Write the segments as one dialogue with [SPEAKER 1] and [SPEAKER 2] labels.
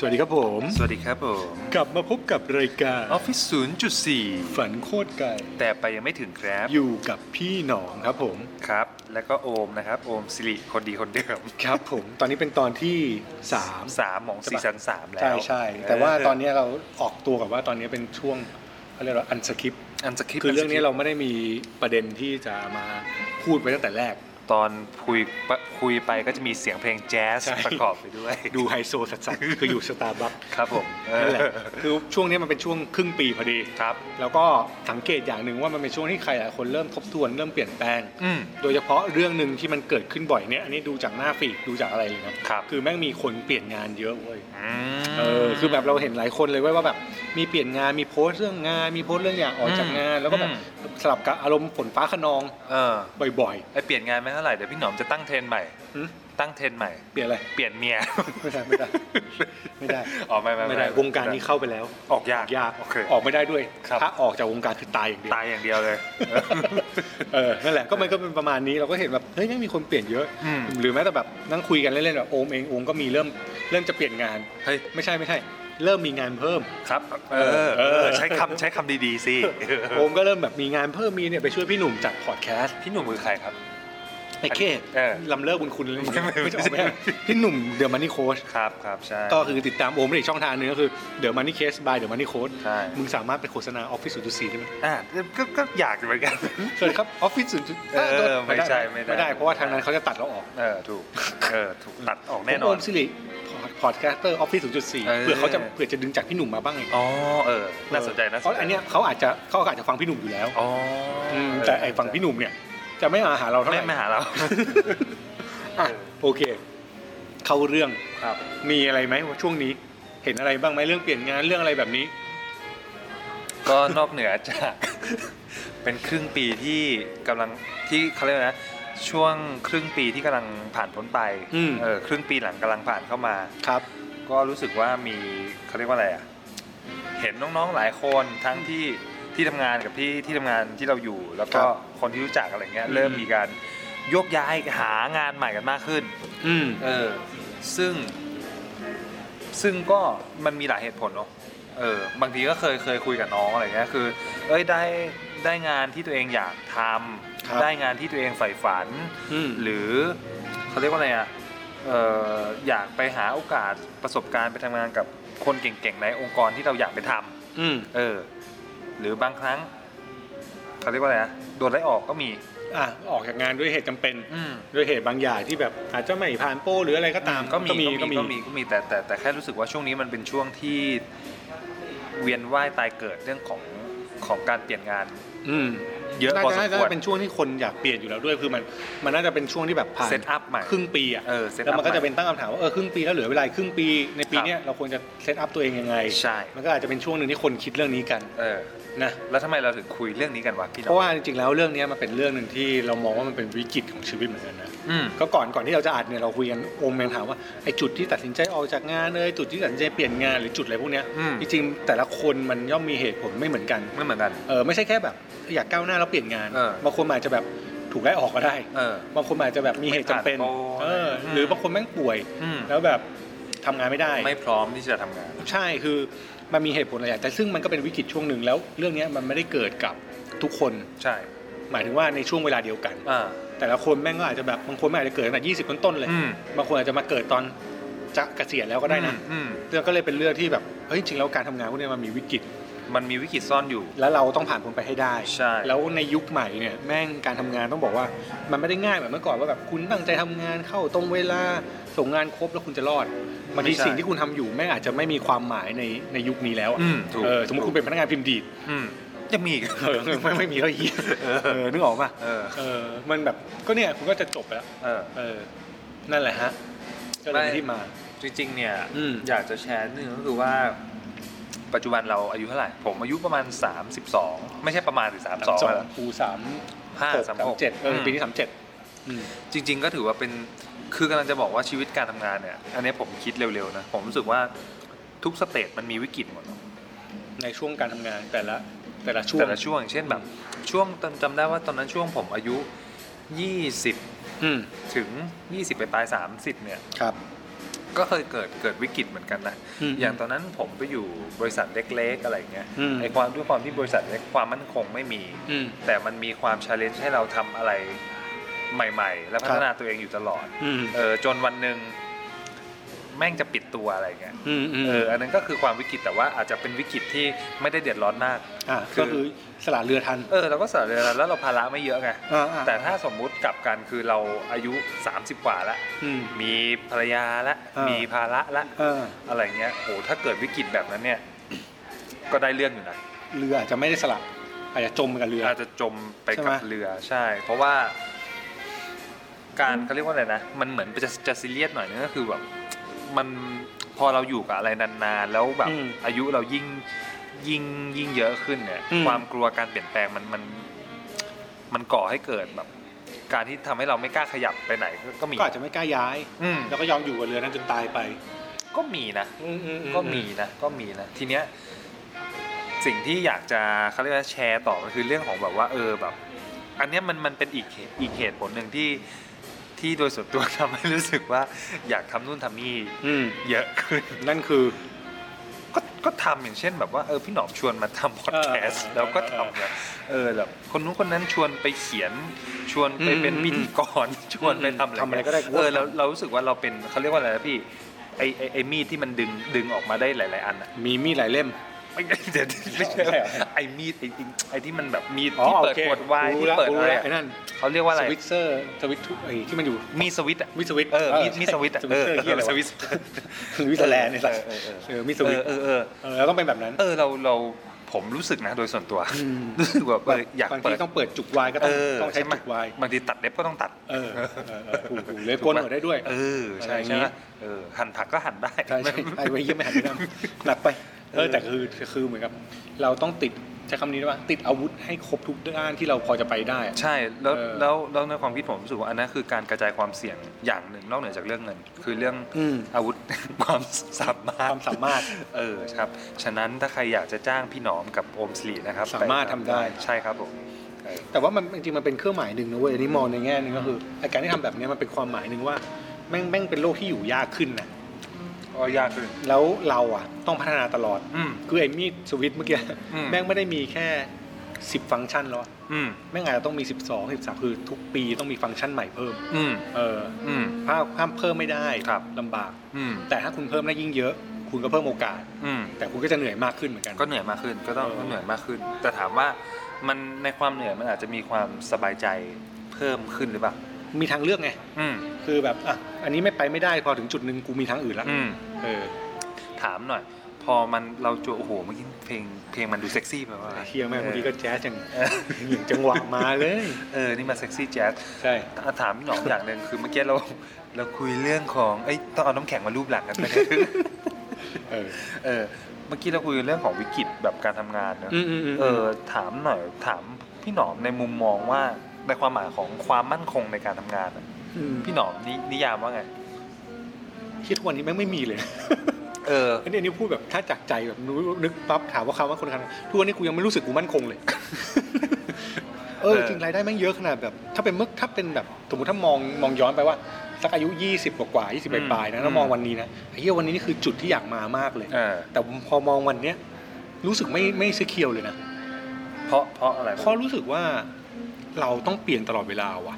[SPEAKER 1] สวัสดีครับผม
[SPEAKER 2] สวัสดีครับผม
[SPEAKER 1] กลับมาพบกับรายการ
[SPEAKER 2] ออฟฟิศ0.4
[SPEAKER 1] ฝันโคตรไก่
[SPEAKER 2] แต่ไปยังไม่ถึงครับ
[SPEAKER 1] อยู่กับพี่หนองครับผม
[SPEAKER 2] ครับ แล้วก็โอมนะครับ โอมสิริคนดีคนเดิม
[SPEAKER 1] ครับผมตอนนี้เป็นตอนที่ 3
[SPEAKER 2] สามของซีซั่นสามแล้ว
[SPEAKER 1] ใช่ใช่แต่ว่าตอนนี้เราออกตัวกับว่าตอนนี้เป็นช่วงเขาเรียกว่าอันสคริป
[SPEAKER 2] อันสคริปต์
[SPEAKER 1] คือเรื่องนี้เราไม่ได้มีประเด็นที่จะมาพูดไว้ตั้งแต่แรก
[SPEAKER 2] ตอนคุยปะคุยไปก็จะมีเสียงเพลงแจ๊ส
[SPEAKER 1] ใช่
[SPEAKER 2] ประกอบไปด้วย
[SPEAKER 1] ดูไฮโซสัสๆคืออยู่สตาร์บัค
[SPEAKER 2] ครับผมเออ
[SPEAKER 1] นั่นแหละคือช่วงนี้มันเป็นช่วงครึ่งปีพอดี
[SPEAKER 2] ครับ
[SPEAKER 1] แล้วก็สังเกตอย่างหนึ่งว่ามันเป็นช่วงที่ใครหลายคนเริ่มทบทวนเริ่มเปลี่ยนแปลง
[SPEAKER 2] อืม
[SPEAKER 1] โดยเฉพาะเรื่องหนึ่งที่มันเกิดขึ้นบ่อยเนี่ย อันนี้ดูจากหน้าฟีดดูจากอะไรเลยนะครับ คือแม่งมีคนเปลี่ยนงานเยอะเว้ย
[SPEAKER 2] อืม
[SPEAKER 1] เออ คือแบบเราเห็นหลายคนเลยเว้ยว่าแบบมีเปลี่ยนงานมีโพสต์เรื่องงาน มีโพสต์เรื่องอย่างออกจากงาน
[SPEAKER 2] อืม
[SPEAKER 1] แล้วก็แบบสลับกับอารมณ์ฝนฟ้าขนอง
[SPEAKER 2] เออ
[SPEAKER 1] บ่อย
[SPEAKER 2] ไอเปลี่ยนงานไม่เท่าไหร่เดี๋ยวพี่หนอมจะตั้งเทรนด์ใหม่
[SPEAKER 1] ๆหึ
[SPEAKER 2] ตั้งเทรนด์ใหม่
[SPEAKER 1] เปลี่ยนอะไร
[SPEAKER 2] เปลี่ยนเมีย
[SPEAKER 1] ไม่ได้ ไม่ได้ ไม่ได้
[SPEAKER 2] ออกไม่ไม่
[SPEAKER 1] ไม่ได้ วงการนี้เข้าไปแล้ว
[SPEAKER 2] ออกยาก
[SPEAKER 1] ยาก
[SPEAKER 2] โอเค
[SPEAKER 1] ออกไม่ได้ด้วย
[SPEAKER 2] ครับ
[SPEAKER 1] ถ้าออกจากวงการคือตายอย่างเดียว
[SPEAKER 2] ตายอย่างเดียวเลย
[SPEAKER 1] เออ นั่นแหละ ก็มันก็เป็นประมาณนี้ เราก็เห็นแบบ เฮ้ยยังมีคนเปลี่ยนเยอะ
[SPEAKER 2] อืม
[SPEAKER 1] หรือแม้แต่แบบนั่งคุยกันเล่นๆแบบโอมเองโอมก็มีเริ่ม เริ่มจะเปลี่ยนงาน
[SPEAKER 2] เฮ้ย
[SPEAKER 1] ไม่ใช่ไม่ใช่ เริ่มมีงานเพิ่ม
[SPEAKER 2] ครับ เออ
[SPEAKER 1] เอ
[SPEAKER 2] เอ
[SPEAKER 1] อ
[SPEAKER 2] อ ใช้คำใช้คำดีๆสิ
[SPEAKER 1] โอมก็เริ่มแบบมีงานเพิ่มมีเนี่ยไปช่วยพี่หนุ่มจัดพอดแคสต์
[SPEAKER 2] พี่หนุ่มมือใครครับ
[SPEAKER 1] ไอ้เค
[SPEAKER 2] เออ
[SPEAKER 1] ลำเลิกบุญคุณเลย
[SPEAKER 2] ไม่ไม่
[SPEAKER 1] ไม่ใช่
[SPEAKER 2] ไม่ใช่
[SPEAKER 1] พี่หนุ่มเดอะมันนี่โค้ช
[SPEAKER 2] ครับครับใช่
[SPEAKER 1] ก็คือติดตามโอมได้อีกช่องทางหนึงก็คือเดอะมันนี่เคสบายเดอะมันนี่โค้ช
[SPEAKER 2] ใช่
[SPEAKER 1] มึงสามารถไปโฆษณาออฟฟิศศูนย์จุดสี่ได้ไหม
[SPEAKER 2] อ่ะก็ก็อยากอยู่เหมือนกัน
[SPEAKER 1] สวัสดีครับออฟฟิศศูนย์จุด
[SPEAKER 2] เออไม่ใช่ไม่ได้
[SPEAKER 1] ไม่ได้เพราะว่าทางนั้นเขาจะตัดเราออก
[SPEAKER 2] เออ ถูก เออ ถูกตัดออก
[SPEAKER 1] ผม
[SPEAKER 2] แน่นอน
[SPEAKER 1] โมสิริพอดแคสเตอร์ออฟฟิศ0.4
[SPEAKER 2] เออ
[SPEAKER 1] เผื่อเขาจะเผื่อจะดึงจากพี่หนุ่มมาบ้างไง
[SPEAKER 2] อ๋อ เออ น่าสนใจนะ
[SPEAKER 1] เพราะอันเนี้ยเขาอาจจะเขาอาจจะฟังพี่หนุ่มอยู่แล้ว
[SPEAKER 2] อ๋ออ
[SPEAKER 1] มแต่ไอ้ฝั่งพี่หนุ่มเนี่ย จะไม่มาหาเราเท่าไห
[SPEAKER 2] ไม่
[SPEAKER 1] ร่
[SPEAKER 2] ไม่หาเรา
[SPEAKER 1] อ่ะโอเค เข้าเรื่อง
[SPEAKER 2] ครับ
[SPEAKER 1] มีอะไรไหมว่าช่วงนี้ เห็นอะไรบ้างไหมเรื่องเปลี่ยนงานเรื่องอะไรแบบนี้
[SPEAKER 2] ก็นอกเหนือจาก เป็นครึ่งปีที่กำลังที่เขาเรียกว่านะ ช่วงครึ่งปีที่กำลังผ่านพ้นไป
[SPEAKER 1] อืม
[SPEAKER 2] เออ ครึ่งปีหลังกำลังผ่านเข้ามา
[SPEAKER 1] ครับ
[SPEAKER 2] ก็รู้สึกว่ามีเขาเรียกว่าอะไรอ่ะ เห็นน้องๆหลายคนทั้งที่ที่ทำงานกับที่ที่ทำงานที่เราอยู่ แล้วก็
[SPEAKER 1] ครับ
[SPEAKER 2] คนที่รู้จักอะไรเงี้ย
[SPEAKER 1] อืม
[SPEAKER 2] เริ่มมีการโยกย้ายหางานใหม่กันมากขึ้น
[SPEAKER 1] อืม
[SPEAKER 2] เออ ซึ่ง ซึ่งก็มันมีหลายเหตุผลเนาะเออ บางทีก็เคยเคยคุยกับน้องอะไรเงี้ยคือ เอ้ยได้ได้งานที่ตัวเองอยากท
[SPEAKER 1] ครับ
[SPEAKER 2] ำได้งานที่ตัวเองใฝ่ฝัน
[SPEAKER 1] อืม
[SPEAKER 2] หรือเขาเรียกว่าอะไรอ่ะเอ่ออยากไปหาโอกาสประสบการณ์ไปทำงานกับคนเก่งๆในองค์กรที่เราอยากไปทำ
[SPEAKER 1] อืม
[SPEAKER 2] เออ หรือบางครั้งเขาเรียกว่าอะไรนะโดนไล่ออกก็มี
[SPEAKER 1] อ่ะออกจากงานด้วยเหตุจำเป็น
[SPEAKER 2] อืม
[SPEAKER 1] ด้วยเหตุบางอย่างที่แบบอาจจะไม่ผ่านโป้หรืออะไรก็ตาม
[SPEAKER 2] ก็มีก็
[SPEAKER 1] ก็
[SPEAKER 2] มี
[SPEAKER 1] มี
[SPEAKER 2] ก็มีก็มีแต่แต่แต่แค่รู้สึกว่าช่วงนี้มันเป็นช่วงที่เวียนว่ายตายเกิดเรื่องของของการเปลี่ยนงาน
[SPEAKER 1] อืม
[SPEAKER 2] เยอะ
[SPEAKER 1] น่า
[SPEAKER 2] พอ
[SPEAKER 1] จะ
[SPEAKER 2] สม
[SPEAKER 1] น่า
[SPEAKER 2] ควร
[SPEAKER 1] จะเป็นช่วงที่คนอยากเปลี่ยนอยู่แล้วด้วยคือมันมันน่าจะเป็นช่วงที่แบบผ่าน
[SPEAKER 2] เซตอัพใหม่
[SPEAKER 1] ครึ่งปีอ่ะ
[SPEAKER 2] เออเซต
[SPEAKER 1] แล้ว
[SPEAKER 2] อัพ
[SPEAKER 1] มันก็จะ
[SPEAKER 2] ใหม่
[SPEAKER 1] เป็นตั้งคำถามว่าเออครึ่งปีแล้วเหลือเวลาอีกครึ่งปีในปี
[SPEAKER 2] ครับ
[SPEAKER 1] เนี้ยเราควรจะเซตอัพตัวเองยังไง
[SPEAKER 2] ใช่
[SPEAKER 1] มันก็อาจจะเป็นช่วงหนึ่งที่คนคิดเรื่องนี้กัน
[SPEAKER 2] เออ
[SPEAKER 1] นะ
[SPEAKER 2] แล้วทำไมเราถึงคุยเรื่องนี้กันวะพี่น้อง
[SPEAKER 1] เพราะว่าจริงๆแล้วเรื่องเนี้ยมันเป็นเรื่องหนึ่งที่เรามองว่ามันเป็นวิกฤตของชีวิตเหมือนกันนะ
[SPEAKER 2] อืม
[SPEAKER 1] ก็ก่อนก่อนที่เราจะอัดเนี่ยเราคุยกันโอมยังถามว่าไอ้จุดที่ตัดสินใจออกจากงานเลยจุดที่ตัดสินใจเปลี่ยนงานหรือจุดอะไรพวกเนี้ย
[SPEAKER 2] อืม
[SPEAKER 1] จริงๆแต่ละคนมันย่อมมีเหตุผลไม่เหมือนกัน
[SPEAKER 2] ไม่เหมือนกัน
[SPEAKER 1] เออไม่ใช่แค่แบบอยากก้าวหน้าแล้วเปลี่ยนงาน
[SPEAKER 2] เออ
[SPEAKER 1] บางคนอาจจะแบบถูกไล่ออกก็ได้
[SPEAKER 2] เออ
[SPEAKER 1] บางคนอาจจะแบบมีเหตุจำเป็น
[SPEAKER 2] ไม่ผ่านโปร
[SPEAKER 1] เออ
[SPEAKER 2] อืม
[SPEAKER 1] หรือบางคนแม่งป่วย
[SPEAKER 2] อืม
[SPEAKER 1] แล้วแบบทำงานไม่ได้
[SPEAKER 2] ไม่พร้อมที่จะทำงาน
[SPEAKER 1] ใช่คือมันมีเหตุผลหลายอย่างแต่ซึ่งมันก็เป็นวิกฤตช่วงหนึ่งแล้ว เรื่องเนี้ยมันไม่ได้เกิดกับทุกคน
[SPEAKER 2] ใช่
[SPEAKER 1] หมายถึงว่าในช่วงเวลาเดียวกัน
[SPEAKER 2] อ่า
[SPEAKER 1] แต่ละคนแม่งก็อาจจะแบบบางคนแม่งอาจจะเกิดตั้งแต่ยี่สิบต้นๆเลย
[SPEAKER 2] อืม
[SPEAKER 1] บางคนอาจจะมาเกิดตอนจะเกษียณแล้วก็ได้นะ
[SPEAKER 2] อืม
[SPEAKER 1] เรื่องก็เลยเป็นเรื่องที่แบบเฮ้ยจริงๆแล้วการทำงานพวกเนี้ยมันมีวิกฤต
[SPEAKER 2] มันมีวิกฤตซ่อนอยู่
[SPEAKER 1] แล้วเราต้องผ่านพ้นไปให้ได้
[SPEAKER 2] ใช่
[SPEAKER 1] แล้วในยุคใหม่เนี่ยแม่งการทำงานต้องบอกว่า มันไม่ได้ง่ายแบบเมื่อก่อนว่าแบบคุณตั้งใจทำงานเข้าตรงเวลาส่งงานครบแล้วคุณจะรอดบางทีสิ่งที่คุณทำอยู่แม่งอาจจะไม่มีความหมายในในยุคนี้แล้วอะ
[SPEAKER 2] อืมถูก
[SPEAKER 1] เออสมมติคุณเป็นพนักงานพิมพ์ดีด
[SPEAKER 2] อืมยังมีอีก
[SPEAKER 1] เออไม่ไม่มีแล้วอีกเออนึกออกป่ะ
[SPEAKER 2] เออ
[SPEAKER 1] เออมันแบบก็เนี่ยคุณก็จะจบแล้ว
[SPEAKER 2] เออ
[SPEAKER 1] เออนั่นแหละฮะก็เลยเป็นที่มา
[SPEAKER 2] จริงๆเนี่ย
[SPEAKER 1] อืม
[SPEAKER 2] อยากจะแชร์นิดนึงก็คือว่า ปัจจุบันเราอายุเท่าไหร่ ผมอายุประมาณ 32 ไม่ใช่ประมาณหรือ32แล้ว
[SPEAKER 1] กูสาม
[SPEAKER 2] ห้า
[SPEAKER 1] หก
[SPEAKER 2] สา
[SPEAKER 1] สาม ม
[SPEAKER 2] หก
[SPEAKER 1] เจ็ดเออ
[SPEAKER 2] ม
[SPEAKER 1] ปีนี้สามเจ็ดอืม
[SPEAKER 2] จริง ๆ ก็ถือว่าเป็นคือกำลังจะบอกว่าชีวิตการทำงานเนี่ย อันนี้ผมคิดเร็วๆนะ ผมรู้สึกว่าทุกสเตจมันมีวิกฤตหมดเนอะ
[SPEAKER 1] ในช่วงการทำงานแต่ละ แต่ละช่วง
[SPEAKER 2] แต่ละช่วงอย่างเช่นแบบช่วงตอนจำได้ว่าตอนนั้นช่วงผมอายุ 20
[SPEAKER 1] อืม
[SPEAKER 2] ถึง 20 ไปปลาย 30 เนี่ย
[SPEAKER 1] ครับ
[SPEAKER 2] ก็เคยเกิดเกิดวิกฤตเหมือนกันนะ
[SPEAKER 1] ม
[SPEAKER 2] อย่างตอนนั้นผมไปอยู่บริษัทเล็กๆอะไรเงี้ย
[SPEAKER 1] อืม
[SPEAKER 2] ไอความด้วยความที่บริษัทเล็กความมั่นคงไม่มี
[SPEAKER 1] อืม
[SPEAKER 2] แต่มันมีความชาเลนจ์ให้เราทำอะไรใหม่ ๆ และพัฒนาตัวเองอยู่ตลอด
[SPEAKER 1] อืม
[SPEAKER 2] เออจนวันหนึ่งแม่งจะปิดตัวอะไรเงี้ย
[SPEAKER 1] อืมอืม
[SPEAKER 2] เออ อันนั้นก็คือความวิกฤตแต่ว่าอาจจะเป็นวิกฤตที่ไม่ได้เดือดร้อนมาก
[SPEAKER 1] อ่า
[SPEAKER 2] คือ
[SPEAKER 1] ก็คือสละเรือทัน
[SPEAKER 2] เออเราก็สละเรือแล้วเราภาระไม่เยอะไง
[SPEAKER 1] อ่าอ่
[SPEAKER 2] แต่ถ้าสมมุติกลับกันคือเราอายุ 30 กว่าละ
[SPEAKER 1] อืม
[SPEAKER 2] มีภรรยาละ
[SPEAKER 1] อ่า
[SPEAKER 2] มี
[SPEAKER 1] มี
[SPEAKER 2] ภาระละ
[SPEAKER 1] เออ
[SPEAKER 2] อะไรเงี้ย โห ถ้าเกิดวิกฤตแบบนั้นเนี่ย ก็ได้เรื่องอยู่นะ
[SPEAKER 1] เรืออาจจะไม่ได้สละอาจจะจมไปกับเรือ
[SPEAKER 2] อาจจะจมไป
[SPEAKER 1] ใช่
[SPEAKER 2] กับ
[SPEAKER 1] ไหม
[SPEAKER 2] เรือใช่ เพราะว่า การเขาเรียกว่าอะไรนะ มันเหมือนจะจะซีเรียสหน่อยนึงก็คือแบบมันพอเราอยู่กับอะไรนานๆ แล้วแบบ
[SPEAKER 1] อืม
[SPEAKER 2] อายุเรายิ่งยิ่งยิ่งเยอะขึ้นเนี่ย
[SPEAKER 1] อืม
[SPEAKER 2] ความกลัวการเปลี่ยนแปลงมันมันมันก่อให้เกิดแบบ การที่ทำให้เราไม่กล้าขยับไปไหนก็ก็มี
[SPEAKER 1] ก็อาจจะไม่กล้าย้าย
[SPEAKER 2] อืม
[SPEAKER 1] แล้วก็ยอมอยู่กับเรือนั้นจนตายไป
[SPEAKER 2] ก็มีนะ ก็
[SPEAKER 1] ก็
[SPEAKER 2] มี
[SPEAKER 1] มี
[SPEAKER 2] นะก็มีนะทีเนี้ยสิ่งที่อยากจะเขาเรียกว่าแชร์ต่อก็คือเรื่องของแบบว่าเออแบบ อันเนี้ยมันมันเป็นอีกเหตุอีกเหตุผลหนึ่งที่ที่โดยส่วนตัว ทำให้รู้สึกว่าอยากทำนู่นทำนี่
[SPEAKER 1] อืม
[SPEAKER 2] เยอะขึ้น
[SPEAKER 1] นั่นคือ
[SPEAKER 2] ก็ก็ทำอย่างเช่นแบบว่าเออพี่หนอมชวนมาทำพอดแคส ต์
[SPEAKER 1] เออ
[SPEAKER 2] แล้วก็ทำเนี่ยเออแบบคนนู้นคนนั้นชวนไปเขียนชวนไปเป็น
[SPEAKER 1] อืม
[SPEAKER 2] พิธีกร ชวนไปทำ
[SPEAKER 1] ทำ
[SPEAKER 2] อะ
[SPEAKER 1] อะไร ไรก็
[SPEAKER 2] ก็
[SPEAKER 1] ได้
[SPEAKER 2] ได้ยเออเราเรารู้สึกว่าเราเป็นเขาเรียกว่าอะไรนะพี่ไอไอ้ไอมีดที่มันดึงดึงออกมาได้หลาย ๆ อันอะ
[SPEAKER 1] มีมีดหลายเล่ม
[SPEAKER 2] ไม่ใช่เดี๋ยวไม่ใช่
[SPEAKER 1] ไม่ใช่เหรอ
[SPEAKER 2] ไอ้มีดไอ้ที่ไอ้ที่มันแบบมีด
[SPEAKER 1] อ๋อ
[SPEAKER 2] ที่เปิด
[SPEAKER 1] โอค
[SPEAKER 2] ขวดไวน์
[SPEAKER 1] รู้
[SPEAKER 2] ที่
[SPEAKER 1] ละ
[SPEAKER 2] เปิด
[SPEAKER 1] รู้
[SPEAKER 2] อะไร
[SPEAKER 1] ละ
[SPEAKER 2] อะ
[SPEAKER 1] ไอ้นั่น
[SPEAKER 2] เขาเรียกว่าอะไร
[SPEAKER 1] สวิตเซอร์สวิตทุกไอ้ที่มันอยู่
[SPEAKER 2] มีสวิตช์อะ
[SPEAKER 1] มิสวิต
[SPEAKER 2] เออมีมีสวิตช์อะ
[SPEAKER 1] ส
[SPEAKER 2] เอ
[SPEAKER 1] วิ
[SPEAKER 2] อ
[SPEAKER 1] ตเซอ
[SPEAKER 2] เอ
[SPEAKER 1] ร์ที่อะไร
[SPEAKER 2] อส
[SPEAKER 1] สวิ
[SPEAKER 2] วิต
[SPEAKER 1] ต
[SPEAKER 2] ช์
[SPEAKER 1] วิตเซอร์แลนด์นี่แหละ
[SPEAKER 2] เออเออ
[SPEAKER 1] เออมิส
[SPEAKER 2] เอ
[SPEAKER 1] วิต
[SPEAKER 2] อเออเออ
[SPEAKER 1] เออเราต้องเป็นแบบนั้น
[SPEAKER 2] เออเราเราผมรู้สึกนะโดยส่วนตัว
[SPEAKER 1] อืม
[SPEAKER 2] รู้สึกแบบเอออยาก
[SPEAKER 1] บาง
[SPEAKER 2] เปิ
[SPEAKER 1] ที
[SPEAKER 2] ด
[SPEAKER 1] ต้องเปิดจุกวายก็ต้องต้องใช้
[SPEAKER 2] ช่ไหม
[SPEAKER 1] จุกวาย
[SPEAKER 2] บางทีตัดเล็บก็ต้องตัด
[SPEAKER 1] เออเออเออถูกถูกเลยก้นหน่อยได้ด้วย
[SPEAKER 2] เออใช่
[SPEAKER 1] อะไรอย่าง
[SPEAKER 2] ใช่
[SPEAKER 1] งี้
[SPEAKER 2] ไหมเออหั่นผักก็หั่นได้
[SPEAKER 1] ใช่ใช่ ไอ้ไว้เยี่ยมไม่หันไปนั่งหนักไป เออแต่คือคือเหมือนกับ เราต้องติดใช้คำนี้ได้ป่ะติดอาวุธให้ครบทุกด้านที่เราพอจะไปได้อะ
[SPEAKER 2] ใช่แล้ว
[SPEAKER 1] เออ
[SPEAKER 2] แล้วแล้วในความคิดผมรู้สึกว่าอันนั้นคือการกระจายความเสี่ยงอย่างหนึ่งนอกเหนือจากเรื่องเงิน คือเรื่องอาวุธ ความสามารถ
[SPEAKER 1] ความสามารถ
[SPEAKER 2] เออครับฉะนั้นถ้าใครอยากจะจ้างพี่หนอมกับโอมสิรินะครับ
[SPEAKER 1] สามารถทำได้
[SPEAKER 2] ใช่ครับผมเออ
[SPEAKER 1] แต่ว่ามันจริงๆมันเป็นเครื่องหมายหนึ่งนะเว้ยอันนี้มองในแง่หนึงก็คือไอ้การที่ทำแบบเนี้ยมันเป็นความหมายหนึ่งว่าแม่งแม่งเป็นโลกที่อยู่ยากขึ้นนะ
[SPEAKER 2] ก็ยากขึ้น
[SPEAKER 1] แล้วเราอ่ะต้องพัฒนาตลอด
[SPEAKER 2] อืม
[SPEAKER 1] คือไอ้มีดสวิตช์เมื่อกี้
[SPEAKER 2] อืม
[SPEAKER 1] แม่งไม่ได้มีแค่ 10 ฟังก์ชันแล้วอะ
[SPEAKER 2] อืม
[SPEAKER 1] แม่งอาจจะต้องมี 12 13คือทุกปีต้องมีฟังก์ชันใหม่เพิ่ม
[SPEAKER 2] อืม
[SPEAKER 1] เออ
[SPEAKER 2] อืม
[SPEAKER 1] ห้ามห้ามเพิ่มไม่ได้
[SPEAKER 2] ครับ
[SPEAKER 1] ลำบาก
[SPEAKER 2] อืม
[SPEAKER 1] แต่ถ้าคุณเพิ่มได้ยิ่งเยอะ คุณก็เพิ่มโอกาส
[SPEAKER 2] อืม
[SPEAKER 1] แต่คุณก็จะเหนื่อยมากขึ้นเหมือนกัน
[SPEAKER 2] ก็เหนื่อยมากขึ้นก็ต้อง
[SPEAKER 1] เออ
[SPEAKER 2] ก็เหนื่อยมากขึ้น แต่ถามว่ามันในความเหนื่อยมันอาจจะมีความสบายใจเพิ่มขึ้นหรือเปล่า
[SPEAKER 1] มีทางเลือกไง
[SPEAKER 2] อืม
[SPEAKER 1] คือแบบอ่ะอันนี้ไม่ไปไม่ได้พอถึงจุดหนึ่งกูมีทางอื่นละ
[SPEAKER 2] อืม
[SPEAKER 1] เออ
[SPEAKER 2] ถามหน่อย พอมันเราจูโอ้โหเมื่อกี้เพลงเพลงมันดูเซ็กซี่ไปว่า
[SPEAKER 1] ไอ้เฮียแม่งบางทีก็แจ๊สอย่าง
[SPEAKER 2] เออ
[SPEAKER 1] อย่างจังหวะมาเลย
[SPEAKER 2] เออนี่มาเซ็กซี่แจ๊ส
[SPEAKER 1] ใช่
[SPEAKER 2] อ่ะถามพี่หนอมอย่างหนึ่งคือเมื่อกี้เราเราคุยเรื่องของเอ้ยต้องเอาน้ำแข็งมารูปหลังกันไป เนี่ย
[SPEAKER 1] เออ
[SPEAKER 2] เออเมื่อกี้เราคุยเรื่องของวิกฤตแบบการทำงานเนอะ
[SPEAKER 1] มอืม
[SPEAKER 2] เออถามหน่อยถามพี่หนอมในมุมมองว่าในความหมายของความมั่นคงในการทำงานอะ
[SPEAKER 1] ม
[SPEAKER 2] พี่หนอมนินิยามว่าไง
[SPEAKER 1] คิดทุกวันนี้แม่งไม่มีเลยนะ
[SPEAKER 2] เออ
[SPEAKER 1] อันนี้อันนี้พูดแบบถ้าจากใจแบบนึกนึกปั๊บถามว่าคำว่าคนคันทุกวันนี้กูยังไม่รู้สึกกูมั่นคงเลย เออจริงรายได้แม่งเยอะขนาดแบบ ถ้าเป็นเมื่อถ้าเป็นแบบสมมติถ้ามองมองย้อนไปว่าสักอายุ 20 กว่ากว่าๆ20ปลายๆนะแล้วมองวันนี้นะไอ้เหี้ยวันนี้นี่คือจุดที่อยากมามากเลย
[SPEAKER 2] เออ
[SPEAKER 1] แต่พอมองวันเนี้ยรู้สึกไม่ไม่เซเคียวเลยนะ
[SPEAKER 2] เพราะเพราะอะไร
[SPEAKER 1] เพราะรู้สึกว่าเราต้องเปลี่ยนตลอดเวลาว่ะ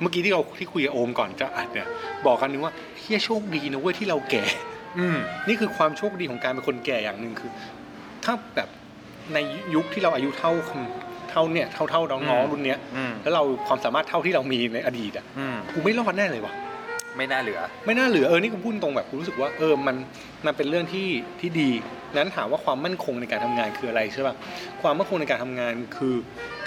[SPEAKER 1] เมื่อกี้ที่เราที่คุยกับโอมก่อนจะอัดเนี่ยบอกกันนึงว่าเฮียโชคดีนะเว้ยที่เราแก่
[SPEAKER 2] อืม
[SPEAKER 1] นี่คือความโชคดีของการเป็นคนแก่อย่างหนึ่งคือ ถ้าแบบในยุคที่เราอายุเท่าคนเท่าเนี่ยเท่าเท่าน้องๆรุ่นเนี้ย
[SPEAKER 2] อืม
[SPEAKER 1] แล้วเราความสามารถเท่าที่เรามีในอดีตอ่ะ
[SPEAKER 2] อืม
[SPEAKER 1] กูไม่รอดแน่เลยว่ะ
[SPEAKER 2] ไม่น่าเหลือ
[SPEAKER 1] ไม่น่าเหลือเออนี่กูพูดตรงแบบกูรู้สึกว่าเออมันมันเป็นเรื่องที่ที่ดีนั้นถามว่าความมั่นคงในการทำงานคืออะไรใช่ป่ะความมั่นคงในการทำงานคือ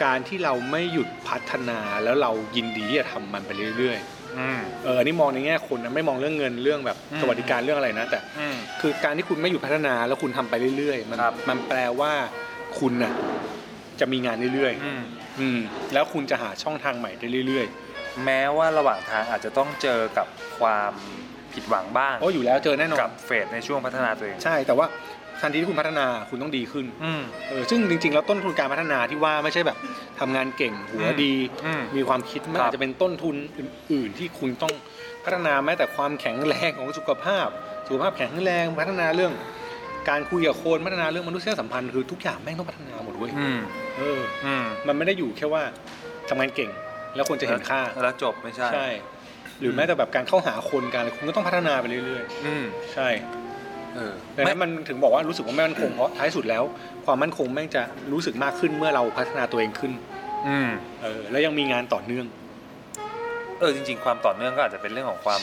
[SPEAKER 1] การที่เราไม่หยุดพัฒนาแล้วเรายินดีที่จะทำมันไปเรื่อย
[SPEAKER 2] อืม
[SPEAKER 1] เอออันนี้มองในแง่คนนะไม่มองเรื่องเงินเรื่องแบบ
[SPEAKER 2] อืม
[SPEAKER 1] สวัสดิการเรื่องอะไรนะ แต่
[SPEAKER 2] อืม
[SPEAKER 1] คือการที่คุณไม่หยุดพัฒนาแล้วคุณทำไปเรื่อยๆ มัน
[SPEAKER 2] ครับ
[SPEAKER 1] มันแปลว่าคุณน่ะจะมีงานเรื่อย
[SPEAKER 2] อืม
[SPEAKER 1] ๆอืมแล้วคุณจะหาช่องทางใหม่ได้เรื่อย
[SPEAKER 2] แม้ว่าระหว่างทางอาจจะต้องเจอกับความผิดหวังบ้าง
[SPEAKER 1] ๆเพราะอยู่แล้วเจอแน่นอ
[SPEAKER 2] กัน บเฟสในช่วงพัฒนาตัวเอง
[SPEAKER 1] ใช่แต่ว่าทันทีที่คุณพัฒนาคุณต้องดีขึ้น
[SPEAKER 2] อืม
[SPEAKER 1] เออซึ่งจริงๆ แล้วต้นทุนการพัฒนาที่ว่าไม่ใช่แบบทำงานเก่งหัวดี
[SPEAKER 2] อืม
[SPEAKER 1] มีความคิดมัน
[SPEAKER 2] ครับ
[SPEAKER 1] อาจจะเป็นต้นทุนอื่นๆ ที่คุณต้องพัฒนาแม้แต่ความแข็งแรงของสุขภาพ สุขภาพแข็งแรงพัฒนาเรื่อง การคุยกับคนพัฒนาเรื่องมนุษยสัมพันธ์คือทุกอย่างแม่งต้องพัฒนาหมดเว้ย
[SPEAKER 2] อืม
[SPEAKER 1] เออ
[SPEAKER 2] อืม
[SPEAKER 1] มันไม่ได้อยู่แค่ว่าทำงานเก่ง แล้วคนจะเห็นค่า
[SPEAKER 2] แล้วจบไม่ใช่
[SPEAKER 1] ใช่ หรือแม้แต่แบบการเข้าหาคนการอะไรคุณก็ต้องพัฒนาไปเรื่อย
[SPEAKER 2] อืม
[SPEAKER 1] ๆ ใช่
[SPEAKER 2] เออ
[SPEAKER 1] ดัง
[SPEAKER 2] ไม่
[SPEAKER 1] นั้นมันถึงบอกว่ารู้สึกว่าไม่มั่นคงเพราะท้ายสุดแล้ว ความมั่นคงแม่งจะรู้สึกมากขึ้นเมื่อเราพัฒนาตัวเองขึ้น
[SPEAKER 2] อืม
[SPEAKER 1] เออแล้วยังมีงานต่อเนื่อง
[SPEAKER 2] เออจริงๆ ความต่อเนื่องก็อาจจะเป็นเรื่องของความ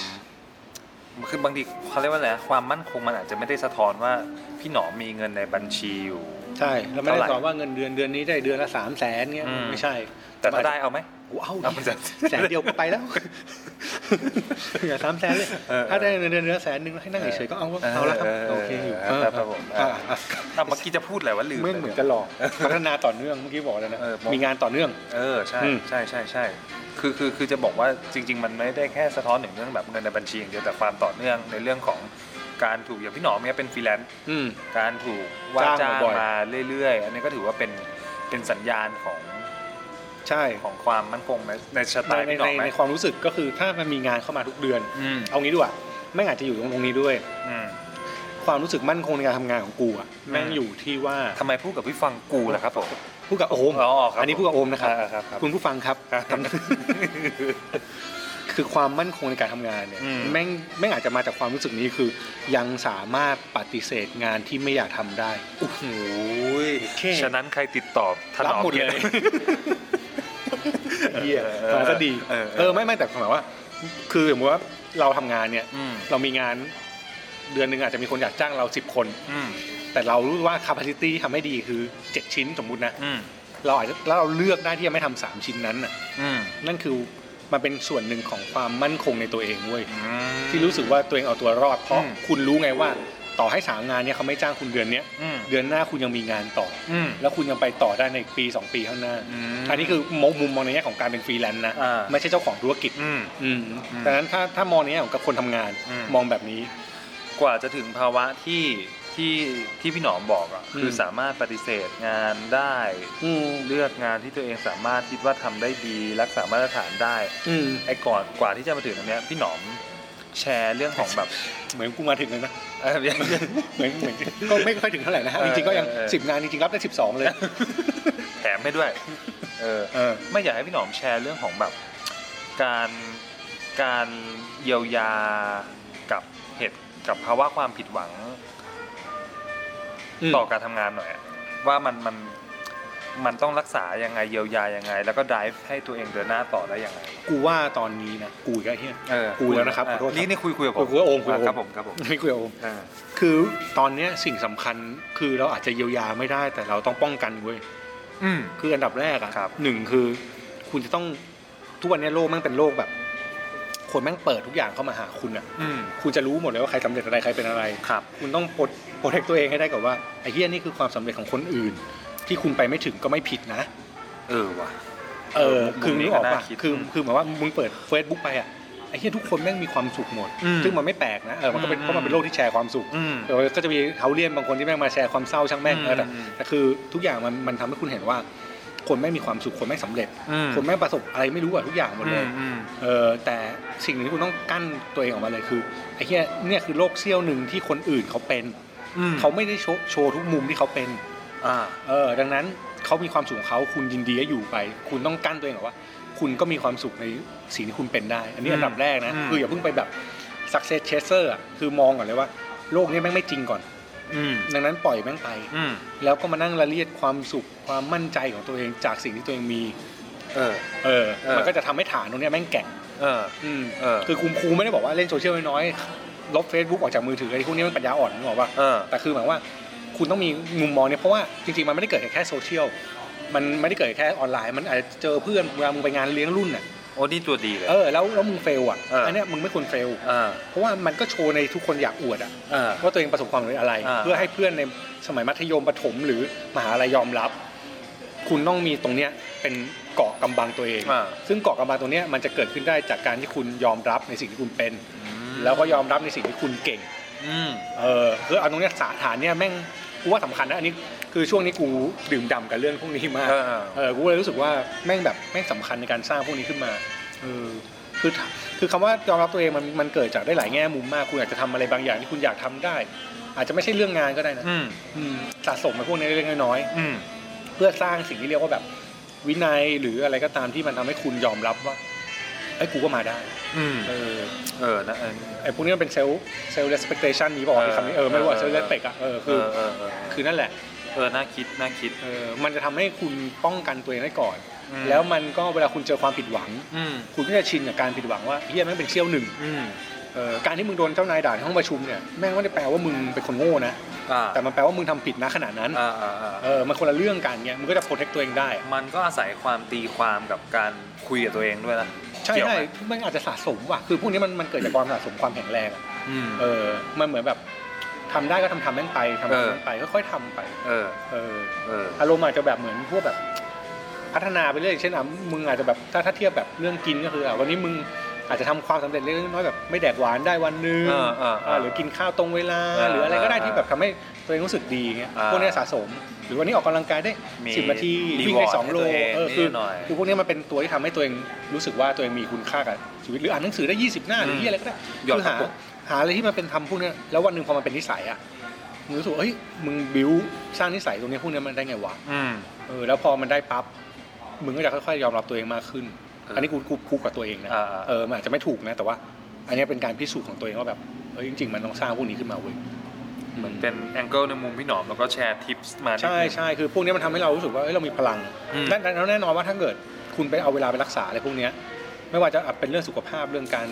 [SPEAKER 2] คือบางทีเขาเรียกว่าอะไรนะความมั่นคงมันอาจจะไม่ได้สะท้อนว่าพี่หนอมมีเงินในบัญชีอยู่
[SPEAKER 1] ใช่แล้วไม่ได้
[SPEAKER 2] เท่าไหร่
[SPEAKER 1] ตอบว่าเงินเดือนเดือนนี้ได้เดือนละสามแสนเงี้ย
[SPEAKER 2] อืม
[SPEAKER 1] ไม่ใช่
[SPEAKER 2] แต่ถ้าได้เอาไหม
[SPEAKER 1] ว้าว
[SPEAKER 2] เอามันจะ
[SPEAKER 1] แสนเดียวก็ไปแล้ว เหลือสามแสนเลย
[SPEAKER 2] เออ
[SPEAKER 1] ถ้าได้เงินเดือนเดือนละแสนหนึ่งให้นั่งเฉยๆก็เอาก็เอาละครับ
[SPEAKER 2] เออเออ
[SPEAKER 1] โอเคอยู่
[SPEAKER 2] เออครับผม
[SPEAKER 1] เอออ่ะ
[SPEAKER 2] เอาเมื่อกี้จะพูดอะไรวะลืม
[SPEAKER 1] ไม่
[SPEAKER 2] ไป
[SPEAKER 1] เหมือนจะหลอกพัฒนาต่อเนื่องเมื่อกี้บอกแล้วนะ
[SPEAKER 2] เออบอก
[SPEAKER 1] มีงานต่อเนื่อง
[SPEAKER 2] เออใช่
[SPEAKER 1] อืม
[SPEAKER 2] ใช่ใช่ใช่คือคือคือจะบอกว่าจริง ๆ มันไม่ได้แค่สะท้อนถึงเรื่องแบบเงินในบัญชีอย่างเดียวแต่ความต่อเนื่องในเรื่องของการถูกอย่างพี่หนอมเนี่ยเป็นฟรีแลนซ์
[SPEAKER 1] อืม
[SPEAKER 2] การถูกว่า
[SPEAKER 1] จ้า
[SPEAKER 2] จ้าง ง
[SPEAKER 1] บ่อยๆ
[SPEAKER 2] มาเรื่อยๆ อันนี้ก็ถือว่าเป็นเป็นสัญญาณของ
[SPEAKER 1] ใช่
[SPEAKER 2] ของความมั่นคงในในชะ
[SPEAKER 1] ใน
[SPEAKER 2] ตาพี่หนอม
[SPEAKER 1] ใน
[SPEAKER 2] ไหม
[SPEAKER 1] ในความรู้สึกก็คือถ้ามันมีงานเข้ามาทุกเดือน
[SPEAKER 2] อืม
[SPEAKER 1] เอางี้ดีกว่าแม่งอาจจะอยู่ตรงนี้ด้วย
[SPEAKER 2] อืม
[SPEAKER 1] ความรู้สึกมั่นคงในการทำงานของกูอะแม่ง
[SPEAKER 2] อืม
[SPEAKER 1] อยู่ที่ว่า
[SPEAKER 2] ทำไมพูดกับพี่ฟังกูล่ะครับผม
[SPEAKER 1] พูดกับโอม
[SPEAKER 2] อ๋อครับ
[SPEAKER 1] อันนี้พูดกับโอมนะครับ
[SPEAKER 2] อ่าครับครับ
[SPEAKER 1] คุณผู้ฟังครับทำ คือความมั่นคงในการทำงานเนี่ย
[SPEAKER 2] อืม
[SPEAKER 1] แม่งแม่งอาจจะมาจากความรู้สึกนี้คือ ยังสามารถปฏิเสธงานที่ไม่อยากทำได้
[SPEAKER 2] โอ้โหย
[SPEAKER 1] โอเค
[SPEAKER 2] ฉะนั้นใครติดต่อถน
[SPEAKER 1] รั
[SPEAKER 2] อม
[SPEAKER 1] หมดเลย
[SPEAKER 2] กีรติ
[SPEAKER 1] เฮีย
[SPEAKER 2] เออ
[SPEAKER 1] มาซะดี
[SPEAKER 2] เออเออ
[SPEAKER 1] เออไม่ไม่แต่หมายว่า คือสมมติว่าเราทำงานเนี่ย
[SPEAKER 2] อืม
[SPEAKER 1] เรามีงานเดือนหนึ่งอาจจะมีคนอยากจ้างเราสิบคน
[SPEAKER 2] อืม
[SPEAKER 1] แต่เรารู้ว่า capacity ที่ทำให้ดีคือ 7 ชิ้นสมมุตินะ
[SPEAKER 2] อืม
[SPEAKER 1] เราอาจจะแล้วเราเลือกได้ที่จะไม่ทำสามชิ้นนั้นน่ะ
[SPEAKER 2] อืม
[SPEAKER 1] นั่นคือมันเป็นส่วนหนึ่งของความมั่นคงในตัวเองเว้ย
[SPEAKER 2] อืม
[SPEAKER 1] ที่รู้สึกว่าตัวเองเอาตัวรอดเพราะ
[SPEAKER 2] อืม
[SPEAKER 1] คุณรู้ไงว่า ต่อให้สามงานเนี่ยเขาไม่จ้างคุณเดือนเนี้ย
[SPEAKER 2] อืม
[SPEAKER 1] เดือนหน้าคุณยังมีงานต่อ
[SPEAKER 2] อืม
[SPEAKER 1] แล้วคุณยังไปต่อได้ในปี 2 ปีข้างหน้า อันนี้คือมองมุมมองในแง่ของการเป็นฟรีแลนซ์นะ
[SPEAKER 2] อ่า
[SPEAKER 1] ไม่ใช่เจ้าของธุรกิจ
[SPEAKER 2] อืม
[SPEAKER 1] อืม
[SPEAKER 2] อืม
[SPEAKER 1] ดังนั้นถ้าถ้ามองในแง่ของกับคนทำงาน
[SPEAKER 2] อืม
[SPEAKER 1] มองแบบนี้
[SPEAKER 2] กว่าจะถึงภาวะที่ที่ที่พี่หนอมบอกอ่ะคืออ
[SPEAKER 1] ม
[SPEAKER 2] สามารถปฏิเสธงานได้
[SPEAKER 1] อืม
[SPEAKER 2] เลือกงานที่ตัวเองสามารถคิดว่าทำได้ดีรักษามาตรฐานได้
[SPEAKER 1] อืม
[SPEAKER 2] ไอ้ก่อนกว่าที่จะมาถึงตรงเนี้ยพี่หนอมแชร์เรื่องของ แบบ
[SPEAKER 1] เหมือนกูมาถึงเลยนะ
[SPEAKER 2] เอ่อ
[SPEAKER 1] เหมือนเหมือนก็ไม่ค่อยถึงเท่าไหร่นะฮะ
[SPEAKER 2] เออ
[SPEAKER 1] จริงๆก็ยัง
[SPEAKER 2] เออ
[SPEAKER 1] สิบงานจริงๆรับได้สิบสองเลย
[SPEAKER 2] แถมให้ด้วยเออ
[SPEAKER 1] เออ
[SPEAKER 2] ไม่อยากให้พี่หนอมแชร์เรื่องของแบบการการเยียวยากับเหตุกับภาวะความผิดหวัง
[SPEAKER 1] อืม
[SPEAKER 2] ต่อการทำงานหน่อยอะว่ามันมันมันต้องรักษายังไงเยียวยายังไง แล้วก็ drive ให้ตัวเองเดินหน้าต่อได้ยังไง
[SPEAKER 1] กูว่าตอนนี้นะกูอีก็เฮีย
[SPEAKER 2] เออ
[SPEAKER 1] กูแล้วนะครับขอโทษครับ
[SPEAKER 2] นี่นี่คุยคุยกับผม
[SPEAKER 1] คุยกับโอมคุยกับโอม
[SPEAKER 2] ครับผมครับผม
[SPEAKER 1] ไม่คุยกับโอม
[SPEAKER 2] เออ
[SPEAKER 1] คือตอนเนี้ยสิ่งสำคัญคือเราอาจจะเยียวยาไม่ได้ แต่เราต้องป้องกันเว้ย
[SPEAKER 2] อืม
[SPEAKER 1] คืออันดับแรกอะ
[SPEAKER 2] ครับ
[SPEAKER 1] หนึ่งคือ คุณจะต้องทุกวันเนี้ยโลกแม่งเป็นโลกแบบ คนแม่งเปิดทุกอย่างเข้ามาหาคุณอะ
[SPEAKER 2] อืม
[SPEAKER 1] คุณจะรู้หมดเลยว่าใครสำเร็จอะไรใครเป็นอะไร
[SPEAKER 2] ครับ
[SPEAKER 1] คุณต้องปลดปลดตัวเองให้ได้กับว่าไอ้เฮียนี่คือความสำเร็จของคนอื่น ที่คุณไปไม่ถึงก็ไม่ผิดนะ
[SPEAKER 2] เออว่ะ
[SPEAKER 1] เออ
[SPEAKER 2] มุม
[SPEAKER 1] คือ
[SPEAKER 2] นี้
[SPEAKER 1] นึก
[SPEAKER 2] ก็
[SPEAKER 1] ออก
[SPEAKER 2] น่า
[SPEAKER 1] ป่ะ
[SPEAKER 2] คิด
[SPEAKER 1] คือ
[SPEAKER 2] อืม
[SPEAKER 1] คือเหมือนว่ามึงเปิด Facebook ไปอ่ะไอ้เหี้ยทุกคนแม่งมีความสุขหมด
[SPEAKER 2] อืม
[SPEAKER 1] ซึ่งมันไม่แปลกนะเออมันก็เป็น
[SPEAKER 2] อืม
[SPEAKER 1] เพราะมันเป็นโลกที่แชร์ความสุข
[SPEAKER 2] อืม
[SPEAKER 1] เออก็จะมีเขาเลี่ยนบางคนที่แม่งมาแชร์ความเศร้าช่างแม่ง
[SPEAKER 2] อืม
[SPEAKER 1] เออแต่
[SPEAKER 2] อืม
[SPEAKER 1] แต่คือทุกอย่างมันมันทำให้คุณเห็นว่า คนแม่งมีความสุขคนแม่งสำเร็จ
[SPEAKER 2] อืม
[SPEAKER 1] คนแม่งประสบอะไรไม่รู้อ่ะทุกอย่างหมดเลย
[SPEAKER 2] อืม
[SPEAKER 1] เออแต่สิ่งหนึ่งที่คุณต้องกั้นตัวเองออกมาเลยคือไอ้เหี้ยเนี่ยคือโลกเซี่ยวหนึ่งที่คนอื่นเขาเป็น
[SPEAKER 2] อืม
[SPEAKER 1] เขาไม่ได้โชว์โชว์ทุกมุมที่เขาเป็น
[SPEAKER 2] อ่า
[SPEAKER 1] เออดังนั้นเขามีความสุขของเขาคุณยินดีให้อยู่ไป คุณต้องกั้นตัวเองหรอกว่า คุณก็มีความสุขในสิ่งที่คุณเป็นได้ อันนี้
[SPEAKER 2] อืม
[SPEAKER 1] อันดับแรกนะ
[SPEAKER 2] อืม
[SPEAKER 1] คืออย่าเพิ่งไปแบบ success chaser อ่ะคือมองก่อนเลยว่า โลกนี้แม่งไม่จริงก่อน
[SPEAKER 2] อืม
[SPEAKER 1] ดังนั้นปล่อยแม่งไป
[SPEAKER 2] อืม
[SPEAKER 1] แล้วก็มานั่งละเลียดความสุขความมั่นใจของตัวเองจากสิ่งที่ตัวเองมี
[SPEAKER 2] เออ
[SPEAKER 1] เออ
[SPEAKER 2] เออ
[SPEAKER 1] มันก็จะทำให้ฐานตรงเนี้ยแม่งแก่ง
[SPEAKER 2] เออ
[SPEAKER 1] อืม
[SPEAKER 2] เออ
[SPEAKER 1] คือคุมครูไม่ได้บอกว่าเล่นโซเชียลน้อยๆลบ Facebook ออกจากมือถืออะไรพวกนี้มันปัญญาอ่อนนึกออกปะ
[SPEAKER 2] เออ
[SPEAKER 1] แต่คือหมายว่าคุณต้องมีมุมมองเนี่ยเพราะว่าจริงๆ มันไม่ได้เกิดแค่โซเชียล มันไม่ได้เกิดแค่ออนไลน์ มันอาจจะเจอเพื่อนเวลามึงไปงานเลี้ยงรุ่นน่ะ
[SPEAKER 2] โอ้นี่ตัวดีเลย
[SPEAKER 1] เออแล้วแล้วมึงเฟลอ่ะ
[SPEAKER 2] เอออั
[SPEAKER 1] อันเนี้ยมึงไม่ควรเฟล
[SPEAKER 2] เออ
[SPEAKER 1] เพราะว่ามันก็โชว์ในทุกคนอยากอวดอ่ะ
[SPEAKER 2] เออ
[SPEAKER 1] ว่าตัวเองประสบความสำเร็จอะไร
[SPEAKER 2] อ่า
[SPEAKER 1] เพื่อให้เพื่อนในสมัยมัธยมประถมหรือมหาลัยยอมรับ คุณต้องมีตรงเนี้ยเป็นเกาะกำบังตัวเอง
[SPEAKER 2] อ่า
[SPEAKER 1] ซึ่งเกาะกำบังตรงเนี้ยมันจะเกิดขึ้นได้จากการที่คุณยอมรับในสิ่งที่คุณเป็น แล้วก็ยอมรับในสิ่งที่คุณเก่ง
[SPEAKER 2] อืม
[SPEAKER 1] เออคือเอาตรงเนี้ยสาฐานเนี่ยแม่งกูว่าสำคัญนะอันนี้คือช่วงนี้กูดื่มด่ำกับเรื่องพวกนี้มาก
[SPEAKER 2] เออเออ
[SPEAKER 1] เออกูเลยรู้สึกว่าแม่งแบบแม่งสำคัญในการสร้างพวกนี้ขึ้นมาเออคือถ้าคือคำว่ายอมรับตัวเองมันมันเกิดจากได้หลายแง่มุมมากคุณอาจจะทำอะไรบางอย่างที่คุณอยากทำได้ อาจจะไม่ใช่เรื่องงานก็ได้นะ
[SPEAKER 2] อืม
[SPEAKER 1] อืมสะสมไปพวกนี้เล็กๆน้อย
[SPEAKER 2] อืม
[SPEAKER 1] ๆเพื่อสร้างสิ่งที่เรียกว่าแบบวินัยหรืออะไรก็ตามที่มันทำให้คุณยอมรับว่าไอ้ยกูก็มาได้
[SPEAKER 2] อืม
[SPEAKER 1] เออ
[SPEAKER 2] เออนะเออ
[SPEAKER 1] ไอ้พวกนี้มันเป็นเซลล์เซลล์ respectation นี้บอกว่า
[SPEAKER 2] เออ
[SPEAKER 1] ไอ้คำนี้เออไม่รู้ว่า
[SPEAKER 2] เออ
[SPEAKER 1] เซลล์ respect อ่ะเออ
[SPEAKER 2] เอ
[SPEAKER 1] คือ
[SPEAKER 2] อเออเออ
[SPEAKER 1] คือนั่นแหละ
[SPEAKER 2] เออน่าคิดน่าคิด
[SPEAKER 1] เออมันจะทำให้คุณป้องกันตัวเองได้ก่อน
[SPEAKER 2] อืม
[SPEAKER 1] แล้วมันก็เวลาคุณเจอความผิดหวัง
[SPEAKER 2] อืม
[SPEAKER 1] คุณก็จะชินกับการผิดหวังว่าเฮียแม่งเป็นเชี่ยวหนึ่ง
[SPEAKER 2] อืม
[SPEAKER 1] เออการที่มึงโดนเจ้านายด่าในห้องประชุมเนี่ยแม่งไม่ได้แปลว่ามึงเป็นคนโง่นะ
[SPEAKER 2] อ่า
[SPEAKER 1] แต่มันแปลว่ามึงทำผิดนะขนาดนั้น
[SPEAKER 2] อ่าอ่าอ่า
[SPEAKER 1] เออมันคนละเรื่องกันเนี่ยมึงก็จะ protect ตัวเองได้
[SPEAKER 2] มันก็อาศัยความตีความกับการคุยกับตัวเองด้วยนะ
[SPEAKER 1] ใช่
[SPEAKER 2] เกี่ยว
[SPEAKER 1] ใช่
[SPEAKER 2] ไหม
[SPEAKER 1] มันอาจจะสะสมว่ะคือพวกนี้มันมันเกิดจากความสะสมความแข็งแรงอะ
[SPEAKER 2] อืม
[SPEAKER 1] เออมันเหมือนแบบทำได้ก็ทำทำแม่งไปทำทำแม่งไปค่อยๆทำไป
[SPEAKER 2] เออ
[SPEAKER 1] เออ
[SPEAKER 2] เออ
[SPEAKER 1] อารมณ์อาจจะแบบเหมือนพวกแบบพัฒนาไปเรื่อยเช่นอ่ะมึงอาจจะแบบถ้าถ้าเทียบแบบเรื่องกินก็คืออ่ะวันนี้มึงอาจจะทำความสำเร็จเล็กๆน้อยๆแบบไม่แดกหวานได้วันหนึง
[SPEAKER 2] เออเออเออ
[SPEAKER 1] หรือกินข้าวตรงเวลา
[SPEAKER 2] เออ
[SPEAKER 1] หรืออะไรก็ได้
[SPEAKER 2] เออ
[SPEAKER 1] ที่แบบทำให้ตัวเองรู้สึกดีเงี้ย
[SPEAKER 2] อ่า
[SPEAKER 1] พวกเนี้ยสะสม หรือวันนี้ออกกำลังกายได้
[SPEAKER 2] มี
[SPEAKER 1] สิบนาที
[SPEAKER 2] reward
[SPEAKER 1] วิ่งได้สองโล
[SPEAKER 2] ให้ตัวเอง
[SPEAKER 1] เออคือ
[SPEAKER 2] นิดหน่อย
[SPEAKER 1] คือพวกเนี้ยมันเป็นตัวที่ทำให้ตัวเองรู้สึกว่าตัวเองมีคุณค่ากับชีวิตหรืออ่านหนังสือได้ 20 หน้าหรือ
[SPEAKER 2] ม
[SPEAKER 1] ยี่อะไรก็ได้
[SPEAKER 2] หยอด
[SPEAKER 1] คืหาก
[SPEAKER 2] ระปุก
[SPEAKER 1] หาอะไรที่มันเป็นทำพวกเนี้ยแล้ววันหนึ่งพอมันเป็นนิสัยอ่ะมึงรู้สึกว่าเฮ้ยมึงบิวสร้างนิสัยตรงเนี้ยพวกเนี้ยมันได้ไงวะ
[SPEAKER 2] อืม
[SPEAKER 1] เออแล้วพอมันได้ปั๊บมึงก็จะค่อยๆยอมรับตัวเองมากขึ้น
[SPEAKER 2] เอออั
[SPEAKER 1] อันนี้กูกูกูกับตัวเองนะ
[SPEAKER 2] อ่าๆ
[SPEAKER 1] เออมันอาจจะไม่ถูกนะ แต่ว่า อันเนี้ยเป็นการพิสูจน์ของตัวเองว่าแบบเออจริง ๆ มันต้องสร้างพวกนี้ขึ้นมาเว้ย
[SPEAKER 2] เหมือนเป็นแองเกิลในมุมพี่หนอมแล้วก็แชร์ทิปส์มานิดนึง
[SPEAKER 1] ใช่ใช่คือพวกเนี้ยมันทำให้เรารู้สึกว่าเอ้ยเรามีพลัง
[SPEAKER 2] อืม
[SPEAKER 1] และแล้วแน่นอนว่าถ้าเกิดคุณไปเอาเวลาไปรักษาอะไรพวกเนี้ยไม่ว่าจะอ่ะเป็นเรื่องสุขภาพเรื่องการ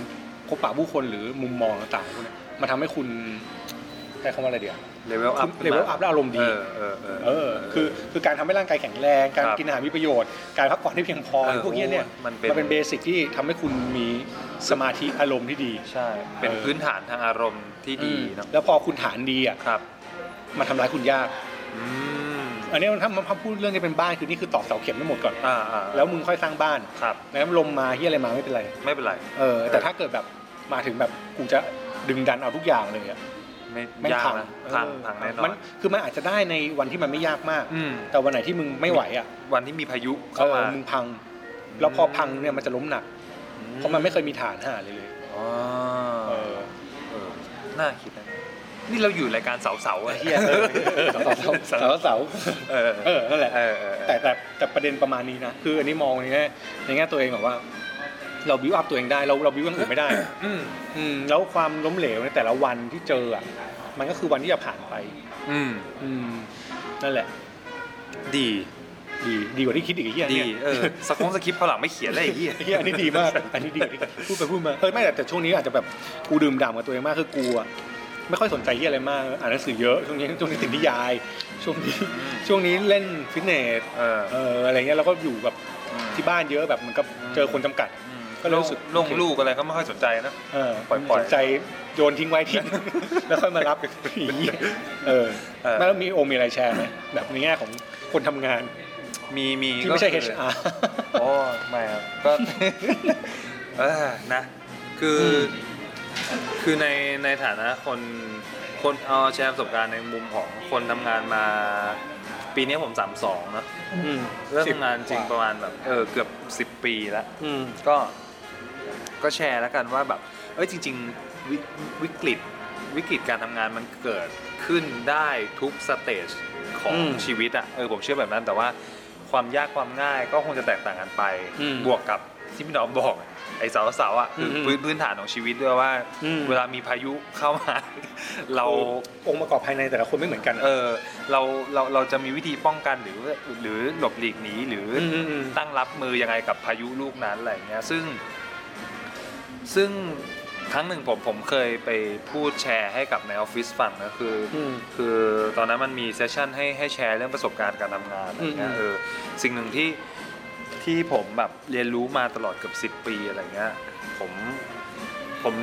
[SPEAKER 1] พบปะผู้คนหรือมุมมองต่างๆพวกเนี้ยมันทำให้คุณใช้คำว่าอะไรเดียว
[SPEAKER 2] เลเวลอัพ
[SPEAKER 1] เลเวลอัพแล้วอารมณ์
[SPEAKER 2] เอ
[SPEAKER 1] ดี
[SPEAKER 2] อเออเออ
[SPEAKER 1] เออคือคือการทำให้ร่างกายแข็งแรง การ
[SPEAKER 2] ครับ
[SPEAKER 1] กินอาหารมีประโยชน์ การพักผ่อนให้เพียงพอ
[SPEAKER 2] เออ
[SPEAKER 1] พวกเนี้ยเนี่ย
[SPEAKER 2] โอ้มันเป็น
[SPEAKER 1] เบสิกที่ทำให้คุณมีสมาธิอารมณ์ที่ดี
[SPEAKER 2] ใช่ เป็นพื้นฐานทางอารมณ์ที่ดีเนอะ
[SPEAKER 1] แล้วพอคุณฐานดีอ่ะ
[SPEAKER 2] ครับ
[SPEAKER 1] มันทำร้ายคุณยาก
[SPEAKER 2] อืม
[SPEAKER 1] อันนี้มันถ้ามันถ้าพูดเรื่องนี้เป็นบ้านคือนี่คือตอกเสาเข็มไม่หมดก่อน
[SPEAKER 2] อ่าอ่า
[SPEAKER 1] แล้วมึงค่อยสร้างบ้าน
[SPEAKER 2] ครับ
[SPEAKER 1] แล้วลมมาที่อะไรมาไม่เป็นไร
[SPEAKER 2] ไม่เป็นไร
[SPEAKER 1] เออแต่ถ้าเกิดแบบมาถึงแบบกูจะดึงดันเอาทุกอย่างเลยอ่ะ
[SPEAKER 2] ไม่
[SPEAKER 1] แม่ง
[SPEAKER 2] ยาก
[SPEAKER 1] พัง
[SPEAKER 2] นะพัง
[SPEAKER 1] เออ
[SPEAKER 2] พังแน่นอ
[SPEAKER 1] มัน นคือมันอาจจะได้ในวันที่มันไม่ยากมาก
[SPEAKER 2] อืม
[SPEAKER 1] แต่วันไหนที่มึงไม่ไหวอ่ะ
[SPEAKER 2] วันที่มีพายุ
[SPEAKER 1] เอ
[SPEAKER 2] เข้า
[SPEAKER 1] อ
[SPEAKER 2] มา
[SPEAKER 1] มึงพัง แล้วพอพังเนี่ยมันจะล้มหนัก เพราะมันไม่เคยมีฐานหาเลยเลย
[SPEAKER 2] อ๋อ
[SPEAKER 1] เออ
[SPEAKER 2] เออ น่าคิดนะ นี่เราอยู่รายการเสาเสาๆอะ
[SPEAKER 1] เฮียเออเออเสาเสาเสาเสา
[SPEAKER 2] เออ
[SPEAKER 1] เออนั่นแหละ
[SPEAKER 2] เออเออเออ
[SPEAKER 1] แต่แต่แต่ประเด็นประมาณนี้นะ คืออันนี้มองในแง่ในแง่ตัวเองแบบว่า เราบิวอัพตัวเองได้ เราเราบิวอย่างอื่นไม่ได้
[SPEAKER 2] อืม
[SPEAKER 1] อืมแล้วความล้มเหลวในแต่ละวันที่เจออ่ะมันก็คือวันที่จะผ่านไป
[SPEAKER 2] อืม
[SPEAKER 1] อืมนั่นแหละ
[SPEAKER 2] ดี
[SPEAKER 1] ดีดีกว่าที่คิดอีกไอ้เฮีย
[SPEAKER 2] ดี
[SPEAKER 1] เนี่ย
[SPEAKER 2] เออสคงสคริปต์เขาวหลังไม่เขียนเลยไอ้เหี้ย
[SPEAKER 1] เฮียอันนี้ดีมาก อันนี้ดีกว่าที่พูดไปพูดมาเออไม่แต่แต่ช่วงนี้อาจจะแบบกูดื่มด่ำกับตัวเองมากคือกูอะไม่ค่อยสนใจเฮียอะไรมาก อ่านหนังสือเยอะช่วงนี้ช่วงนี้ติดนิยาย ช่วงนี้
[SPEAKER 2] อืม
[SPEAKER 1] ช่วงนี้เล่นฟิตเนส
[SPEAKER 2] เออ
[SPEAKER 1] เอออะไรเงี้ยแล้วก็อยู่แบบ
[SPEAKER 2] อืม
[SPEAKER 1] ที่บ้านเยอะแบบเหมันก็เจอคนจำกัด
[SPEAKER 2] อืม
[SPEAKER 1] ก็เลยรู้สึก
[SPEAKER 2] ลงลูกอะไรก็ไม่ค่อยสนใจนะ
[SPEAKER 1] เออ
[SPEAKER 2] ปล่อยๆ
[SPEAKER 1] สนใจโยนทิ้งไว้ที่ แล้วค่อยมารับผีเออ
[SPEAKER 2] เออ
[SPEAKER 1] แล้วมีโอมีอะไรแชร์ไหมแบบในแง่ของคนทำงาน
[SPEAKER 2] มีมี
[SPEAKER 1] ที่ไม่ใช่
[SPEAKER 2] ก็คือ
[SPEAKER 1] HR
[SPEAKER 2] โอ้ไม่ครับ ก็ เออนะ คือ คือในในฐานะคนคนเอาแชร์ประสบการณ์ในมุมของคนทำงานมา ปีนี้ผมสามสองนอะ
[SPEAKER 1] อืม
[SPEAKER 2] เริ่มทำงานจริงประมาณแบบเออเกือบสิบปีแล้ว
[SPEAKER 1] อืม
[SPEAKER 2] ก็ก็แชร์แล้วกันว่าแบบเอ้ยจริง ๆ วิวิกฤตวิกฤตการทำงานมันเกิดขึ้นได้ทุกสเตจของ
[SPEAKER 1] อืม
[SPEAKER 2] ชีวิตอ่ะเออผมเชื่อแบบนั้นแต่ว่าความยากความง่ายก็คงจะแตกต่างกันไป
[SPEAKER 1] อืม
[SPEAKER 2] บวกกับที่พี่น้องบอกไอ้เสาวสาวอ่ะคืออ
[SPEAKER 1] ม
[SPEAKER 2] พื้นพื้นฐานของชีวิตด้วยว่า
[SPEAKER 1] อืม
[SPEAKER 2] เวลามีพายุเข้ามา เรา
[SPEAKER 1] องค์ประกอบภายในแต่ละคนไม่เหมือนกัน
[SPEAKER 2] เออเราเราเราจะมีวิธีป้องกันหรือหรือหลบหลีกหนีหรืออ
[SPEAKER 1] มอืม
[SPEAKER 2] ตั้งรับมือยังไงกับพายุลูกนั้นอะไรอย่างเงี้ยซึ่ง ซึ่งครั้งหนึ่งผมผมเคยไปพูดแชร์ให้กับในออฟฟิศฟังนะคืออ
[SPEAKER 1] ม
[SPEAKER 2] คือตอนนั้นมันมีเซสชั่นให้ให้แชร์เรื่องประสบการณ์การทำงานอะไรเงี้ย
[SPEAKER 1] อืม
[SPEAKER 2] เออสิ่งหนึ่งที่ ที่ผมแบบเรียนรู้มาตลอดเกือบ10 ปีอะไรเงี้ยผมผม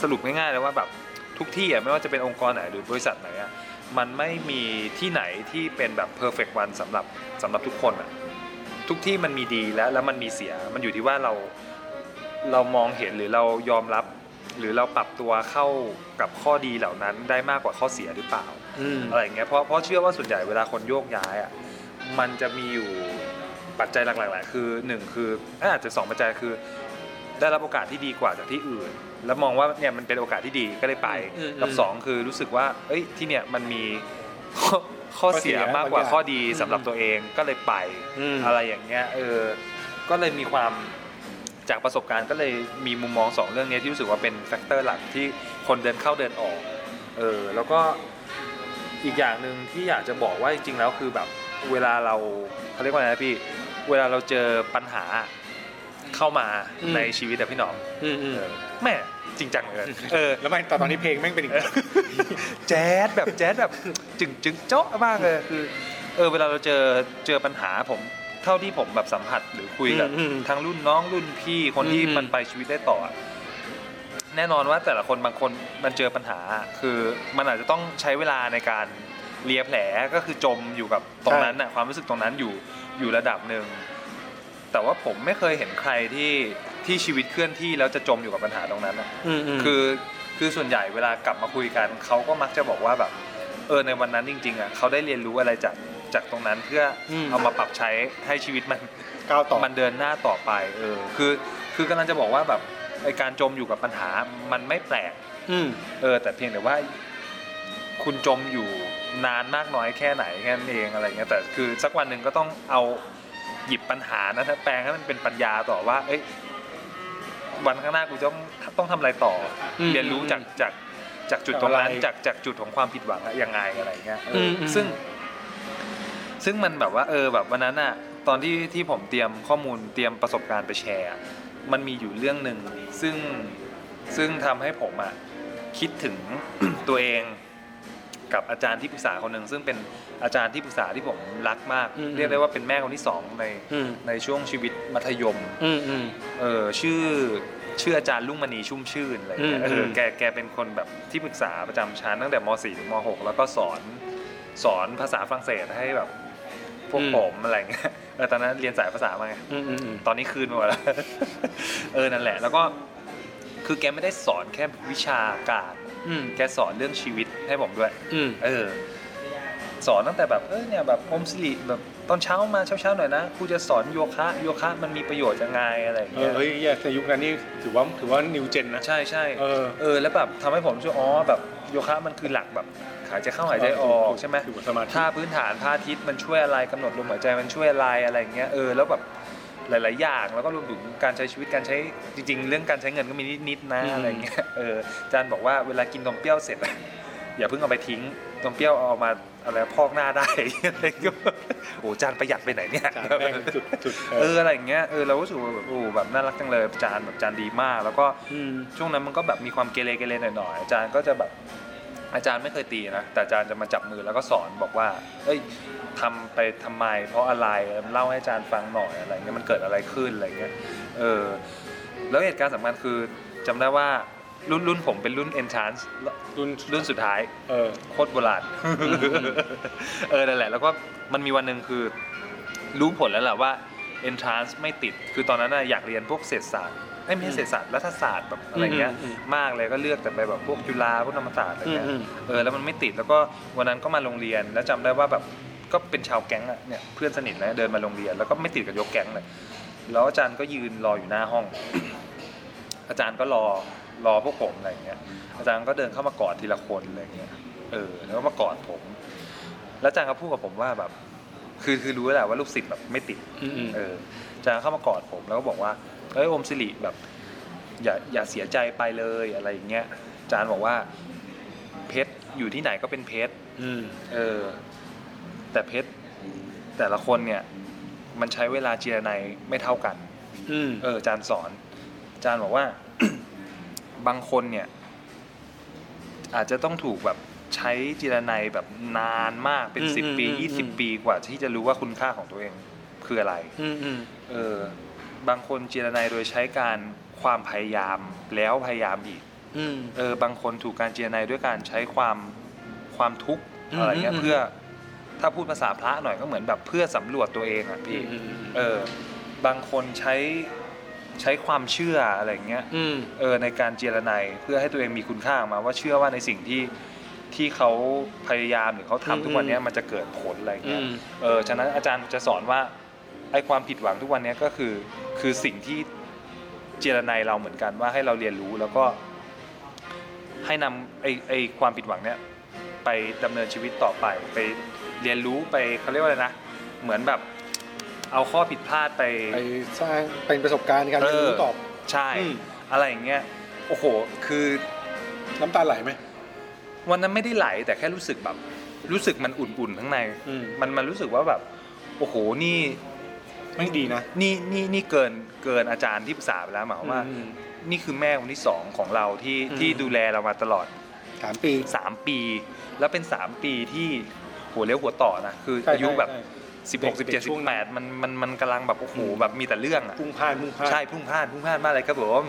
[SPEAKER 2] สรุปง่ายๆเลยว่าแบบทุกที่อ่ะไม่ว่าจะเป็นองค์กรไหนหรือบริษัทไหนอ่ะมันไม่มีที่ไหนที่เป็นแบบ perfect one สำหรับสำหรับทุกคนอ่ะทุกที่มันมีดีและแล้วมันมีเสีย มันอยู่ที่ว่าเราเรามองเห็นหรือเรายอมรับ หรือเราปรับตัวเข้ากับข้อดีเหล่านั้นได้มากกว่าข้อเสียหรือเปล่า
[SPEAKER 1] อืม
[SPEAKER 2] อะไรอย่างเงี้ยเพราะเพราะเชื่อว่าส่วนใหญ่เวลาคนโยกย้ายอ่ะมันจะมีอยู่ปัจจัยหลักๆหลายคือหนึ่งคืออ่ะอาจจะสองปัจจัยคือ ได้รับโอกาสที่ดีกว่าจากที่อื่น แล้วมองว่าเนี่ยมันเป็นโอกาสที่ดีก็เลยไป
[SPEAKER 1] อืมอืม
[SPEAKER 2] กับสองคือรู้สึกว่าเอ้ยที่เนี่ยมันมี ข้อข้อเสีย
[SPEAKER 1] ข้อเสีย
[SPEAKER 2] มากกว่า
[SPEAKER 1] บางอย่าง
[SPEAKER 2] ข้อดีสำหรับ
[SPEAKER 1] อืม
[SPEAKER 2] ตัวเองก็เลยไป
[SPEAKER 1] อืม
[SPEAKER 2] อะไรอย่างเงี้ยเออก็เลยมีความ จากประสบการณ์ก็เลยมีมุมมองสองเรื่องเนี้ยที่รู้สึกว่าเป็นแฟกเตอร์หลักที่คนเดินเข้าเดินออก เออแล้วก็อีกอย่างหนึ่งที่อยากจะบอกว่าจริงๆแล้วคือแบบเวลาเราเขาเรียกว่าไงนะพี่ เวลาเราเจอปัญหาเข้ามา
[SPEAKER 1] อืม
[SPEAKER 2] ในชีวิตแต่พี่หนอม
[SPEAKER 1] อืมอืม
[SPEAKER 2] เออแม่จริงจังเลยเออ
[SPEAKER 1] แล้วมันตอนตอนนี้เพลงแม่งเป็นอีก
[SPEAKER 2] แจ๊ดแบบแจ๊ดแบบจึงจึงเจ๊ะมากเลยคือเออเวลาเราเจอเจอปัญหาผมเท่าที่ผมแบบสัมผัสหรือคุยกับ
[SPEAKER 1] อืมอืม
[SPEAKER 2] ทั้งรุ่นน้องรุ่นพี่คนที่
[SPEAKER 1] อืมอืม
[SPEAKER 2] มันไปชีวิตได้ต่ออะแน่นอนว่าแต่ละคนบางคนมันเจอปัญหา คือมันอาจจะต้องใช้เวลาในการเลียแผลก็คือจมอยู่กับตรงนั้นน่ะความรู้สึกตรงนั้นอยู่อยู่ระดับหนึ่ง แต่ว่าผมไม่เคยเห็นใครที่ที่ชีวิตเคลื่อนที่แล้วจะจมอยู่กับปัญหาตรงนั้นน่ะ
[SPEAKER 1] อืมอืม
[SPEAKER 2] คือคือส่วนใหญ่เวลากลับมาคุยกันเขาก็มักจะบอกว่าแบบเออในวันนั้นจริงๆอ่ะเขาได้เรียนรู้อะไรจากจากตรงนั้นเพื่ออ
[SPEAKER 1] ม
[SPEAKER 2] เอามาปรับใช้ให้ชีวิตมัน
[SPEAKER 1] ก้าวต่อ
[SPEAKER 2] มันเดินหน้าต่อไปเออคือคือกำลังจะบอกว่าแบบไอการจมอยู่กับปัญหามันไม่แปลก
[SPEAKER 1] อืม
[SPEAKER 2] เออแต่เพียงแต่ว่า คุณจมอยู่นานมากน้อยแค่ไหนแค่นั้นเองอะไรเงี้ยแต่คือสักวันหนึ่งก็ต้องเอาหยิบปัญหานั้นนะแปลงให้มันเป็นปัญญาต่อว่า เอ้ยวันข้างหน้ากูต้องต้องทำอะไรต่ออ
[SPEAKER 1] ม
[SPEAKER 2] เรียนรู้จากจากจากจุดตรงนั้น
[SPEAKER 1] อะไร
[SPEAKER 2] จากจากจุดของความผิดหวังอะยังไงอะไรเงี้ยเออ
[SPEAKER 1] มอืม
[SPEAKER 2] ซึ่ง ซึ่งมันแบบว่า เออแบบวันนั้นอะตอนที่ที่ผมเตรียมข้อมูลเตรียมประสบการณ์ไปแชร์อะมันมีอยู่เรื่องหนึ่งซึ่งซึ่งทำให้ผมอะคิด ถึง ตัวเอง กับอาจารย์ที่ปรึกษาคนหนึ่งซึ่งเป็นอาจารย์ที่ปรึกษาที่ผมรักมาก
[SPEAKER 1] อืม
[SPEAKER 2] เรียกได้ว่าเป็นแม่คนที่สองใน
[SPEAKER 1] อืม
[SPEAKER 2] ในช่วงชีวิตมัธยม
[SPEAKER 1] อืมอืม
[SPEAKER 2] เออชื่อชื่ออาจารย์ลุ่งมณีชุ่มชื่นอะไรอย่างเงี้ย
[SPEAKER 1] อืม
[SPEAKER 2] เออ
[SPEAKER 1] ม
[SPEAKER 2] แกแกเป็นคนแบบที่ปรึกษาประจำชั้นตั้งแต่ม .4 ถึงม .6 แล้วก็สอนสอนภาษาฝรั่งเศสให้แบบพวกผมอะไรเงี้ย เออตอนนั้นเรียนสายภาษามาไง
[SPEAKER 1] อืมอืมอืม
[SPEAKER 2] ตอนนี้คืนไปหมดแล้ว เออ นั่นแหละ แล้วก็คือแกไม่ได้สอนแค่วิชาการ
[SPEAKER 1] อืม
[SPEAKER 2] แกสอนเรื่องชีวิตให้ผมด้วย
[SPEAKER 1] อืม
[SPEAKER 2] เออ สอนตั้งแต่แบบ เออเนี่ยแบบอมสิริแบบตอนเช้ามาเช้าๆหน่อยนะครูจะสอนโยคะ โยคะมันมีประโยชน์ยังไงอะไรอย่าง
[SPEAKER 1] เอ
[SPEAKER 2] เงี้
[SPEAKER 1] อย เฮ้ยแย่ในยุคนั้นนี่ถือว่าถือว่านิวเจนนะ
[SPEAKER 2] ใช่ใช่
[SPEAKER 1] เออ
[SPEAKER 2] เออ แล้วแบบทำให้ผมรู้สึกอ๋อแบบโยคะมันคือหลักแบบหายใจเข้าหายใจออกใช่ไหม
[SPEAKER 1] ถือว่าสมาธิ
[SPEAKER 2] ท่าพื้นฐานท่าทิศมันช่วยอะไรกำหนดลมหายใจมันช่วยอะไรอะไรอย่างเงี้ยเออแล้วแบบหลาย ๆ อย่างแล้วก็รวมถึงการใช้ชีวิตการใช้จริง ๆ เรื่องการใช้เงินก็มีนิด ๆ นะ
[SPEAKER 1] อืม
[SPEAKER 2] อะไรอย่างเงี้ยเอออาจารย์บอกว่าเวลากินนมเปรี้ยวเสร็จอะ อย่าเพิ่งเอาไปทิ้งนมเปรี้ยวเอามาอะไรพอกหน้า ได้ อะไรอย่างเงี้ยโอ้อาจารย์ประหยัดไปไหนเนี่ย
[SPEAKER 1] จากแม่งจุดจุด
[SPEAKER 2] เอออะไรอย่างเงี้ยเออเราก็รู้สึกว่าแบบโอ้แบบน่ารักจังเลยอาจารย์แบบอาจารย์ดีมาก แล้วก็
[SPEAKER 1] ม
[SPEAKER 2] ช่วงนั้นมันก็แบบมีความเกเรเกเรหน่อยๆอาจารย์ก็จะแบบอาจารย์ไม่เคยตีนะแต่อาจารย์จะมาจับมือแล้วก็สอนบอกว่าเอ้ยทำไปทำไม เพราะอะไรเล่าให้อาจารย์ฟังหน่อยอะไรเงี้ยมันเกิดอะไรขึ้นอะไรเงี้ยเออแล้วเหตุการณ์สำคัญคือจำได้ว่ารุ่นรุ่นผมเป็นรุ่น entrance
[SPEAKER 1] รุ่น
[SPEAKER 2] รุ่นสุดท้าย
[SPEAKER 1] เออ
[SPEAKER 2] โคตรโบราณ
[SPEAKER 1] อืม
[SPEAKER 2] เออนั่นแหละ แล้วก็มันมีวันหนึ่งคือรู้ผลแล้วแหละว่า entrance ไม่ติด คือตอนนั้นน่ะอยากเรียนพวกเศรษฐศาสตร์เอ้ยไม่
[SPEAKER 1] อื
[SPEAKER 2] ใช่
[SPEAKER 1] ม
[SPEAKER 2] เศรษฐศาสตร์รัฐศาสตร์แบบอะไรเงี้ย
[SPEAKER 1] อืมอืม
[SPEAKER 2] มากเลยก็เลือกแต่ไปแบบพวกจุฬาพวกธรรมศาสตร์อะไรเงี้ย
[SPEAKER 1] อืมอืม
[SPEAKER 2] เออ แล้วมันไม่ติด แล้วก็วันนั้นก็มาโรงเรียน แล้วจำได้ว่าแบบ ก็เป็นชาวแก๊งอะเนี่ย เพื่อนสนิทนะเดินมาโรงเรียน แล้วก็ไม่ติดกับยกแก๊งเลย แล้วอาจารย์ก็ยืนรออยู่หน้าห้อง อาจารย์ก็รอรอพวกผมอะไรอย่างเงี้ย อาจารย์ก็เดินเข้ามากอดทีละคนอะไรอย่างเงี้ย เออ แล้วก็มากอดผม แล้วอาจารย์ก็พูดกับผมว่าแบบ คือคือรู้แหละว่าลูกศิษย์แบบไม่ติด
[SPEAKER 1] อืมอืม
[SPEAKER 2] เอออาจารย์เข้ามากอดผมแล้วก็บอกว่าเอ้ยอมสิริแบบ อย่าอย่าเสียใจไปเลยอะไรอย่างเงี้ย อาจารย์บอกว่า เพชรอยู่ที่ไหนก็เป็นเพชร
[SPEAKER 1] อืม
[SPEAKER 2] เออแต่เพชรแต่ละคนเนี่ย มันใช้เวลาเจรไนยไม่เท่ากัน
[SPEAKER 1] อืม
[SPEAKER 2] เอออาจารย์สอนอาจารย์บอกว่า บางคนเนี่ย อาจจะต้องถูกแบบใช้จิรนัยแบบนานมากเป็น
[SPEAKER 1] อืม
[SPEAKER 2] สิบปี
[SPEAKER 1] อืมอืม
[SPEAKER 2] ยี่สิบ
[SPEAKER 1] อืม
[SPEAKER 2] ปีกว่าที่จะรู้ว่าคุณค่าของตัวเอง ค คืออะไร
[SPEAKER 1] อืมอืม
[SPEAKER 2] เออบางคนเจรนายโดยใช้การความพยายามแล้วพยายามอีก
[SPEAKER 1] อืม
[SPEAKER 2] เออบางคนถูกการเจรนายด้วยการใช้ความความทุกข์
[SPEAKER 1] อืม
[SPEAKER 2] อะไรเงี้
[SPEAKER 1] อื
[SPEAKER 2] ย
[SPEAKER 1] ม
[SPEAKER 2] เพื่อถ้าพูดภาษาพระหน่อยก็เหมือนแบบเพื่อสำรวจตัวเองอ่ะ
[SPEAKER 1] อื
[SPEAKER 2] พี่
[SPEAKER 1] มอืม
[SPEAKER 2] เออบางคนใช้ใช้ความเชื่ออะไรเงี้ย
[SPEAKER 1] อืม
[SPEAKER 2] เออในการเจรไนายเพื่อให้ตัวเองมีคุณค่าออกมาว่าเชื่อว่าในสิ่งที่ที่เขาพยายามหรือเขาทำ
[SPEAKER 1] อืม
[SPEAKER 2] ทุกวันเนี้ย
[SPEAKER 1] อืม
[SPEAKER 2] มันจะเกิดผลอะไร
[SPEAKER 1] อื
[SPEAKER 2] เงี้ย
[SPEAKER 1] ม
[SPEAKER 2] เออฉะนั้นอาจารย์จะสอนว่าไอ้ความผิดหวังทุกวันเนี้ยก็คือคือสิ่งที่เจรไนายเราเหมือนกันว่าให้เราเรียนรู้แล้วก็ ให้นำไอ้ไอ้ความผิดหวังเนี้ยไปดำเนินชีวิตต่อไป ไปเรียนรู้ไปเขาเรียกว่าอะไรนะ เหมือนแบบเอาข้อผิดพลาดไป
[SPEAKER 1] ไปสร้างเป็นประสบการณ์ในการเรียนรู้ตอบ
[SPEAKER 2] ใช่
[SPEAKER 1] อืม
[SPEAKER 2] อะไรอย่างเงี้ยโอ้โหคือ
[SPEAKER 1] น้ำตาไหลไหม
[SPEAKER 2] วันนั้นไม่ได้ไหลแต่แค่รู้สึกแบบ รู้สึกมันอุ่นๆข้างใน
[SPEAKER 1] อืม
[SPEAKER 2] มันมันรู้สึกว่าแบบ โอ้โหนี่
[SPEAKER 1] ไม่ดีนะ
[SPEAKER 2] นี่นี่นี่เกินเกินอาจารย์ที่ปรึกษาไปแล้วหมายความว่า
[SPEAKER 1] อืม
[SPEAKER 2] นี่คือแม่คนที่สองของเราที่
[SPEAKER 1] อืม
[SPEAKER 2] ที่ดูแลเรามาตลอด
[SPEAKER 1] สามปี
[SPEAKER 2] 3 ปี แล้วเป็น 3 ปีที่หัวเลี้ยวหัวต่อนะคือ
[SPEAKER 1] ใช่
[SPEAKER 2] อายุแบบ
[SPEAKER 1] ใช่
[SPEAKER 2] 16
[SPEAKER 1] เด็
[SPEAKER 2] 17
[SPEAKER 1] กๆช่วงนั้น
[SPEAKER 2] 18 มันมันมันกำลังแบบโอ้โหแบบมีแต่เรื่องอะ
[SPEAKER 1] พุ่งพลาดพุ่งพลาด
[SPEAKER 2] ใช่พุ่งพลาดพุ่งพลาดมากเลยครับ ผม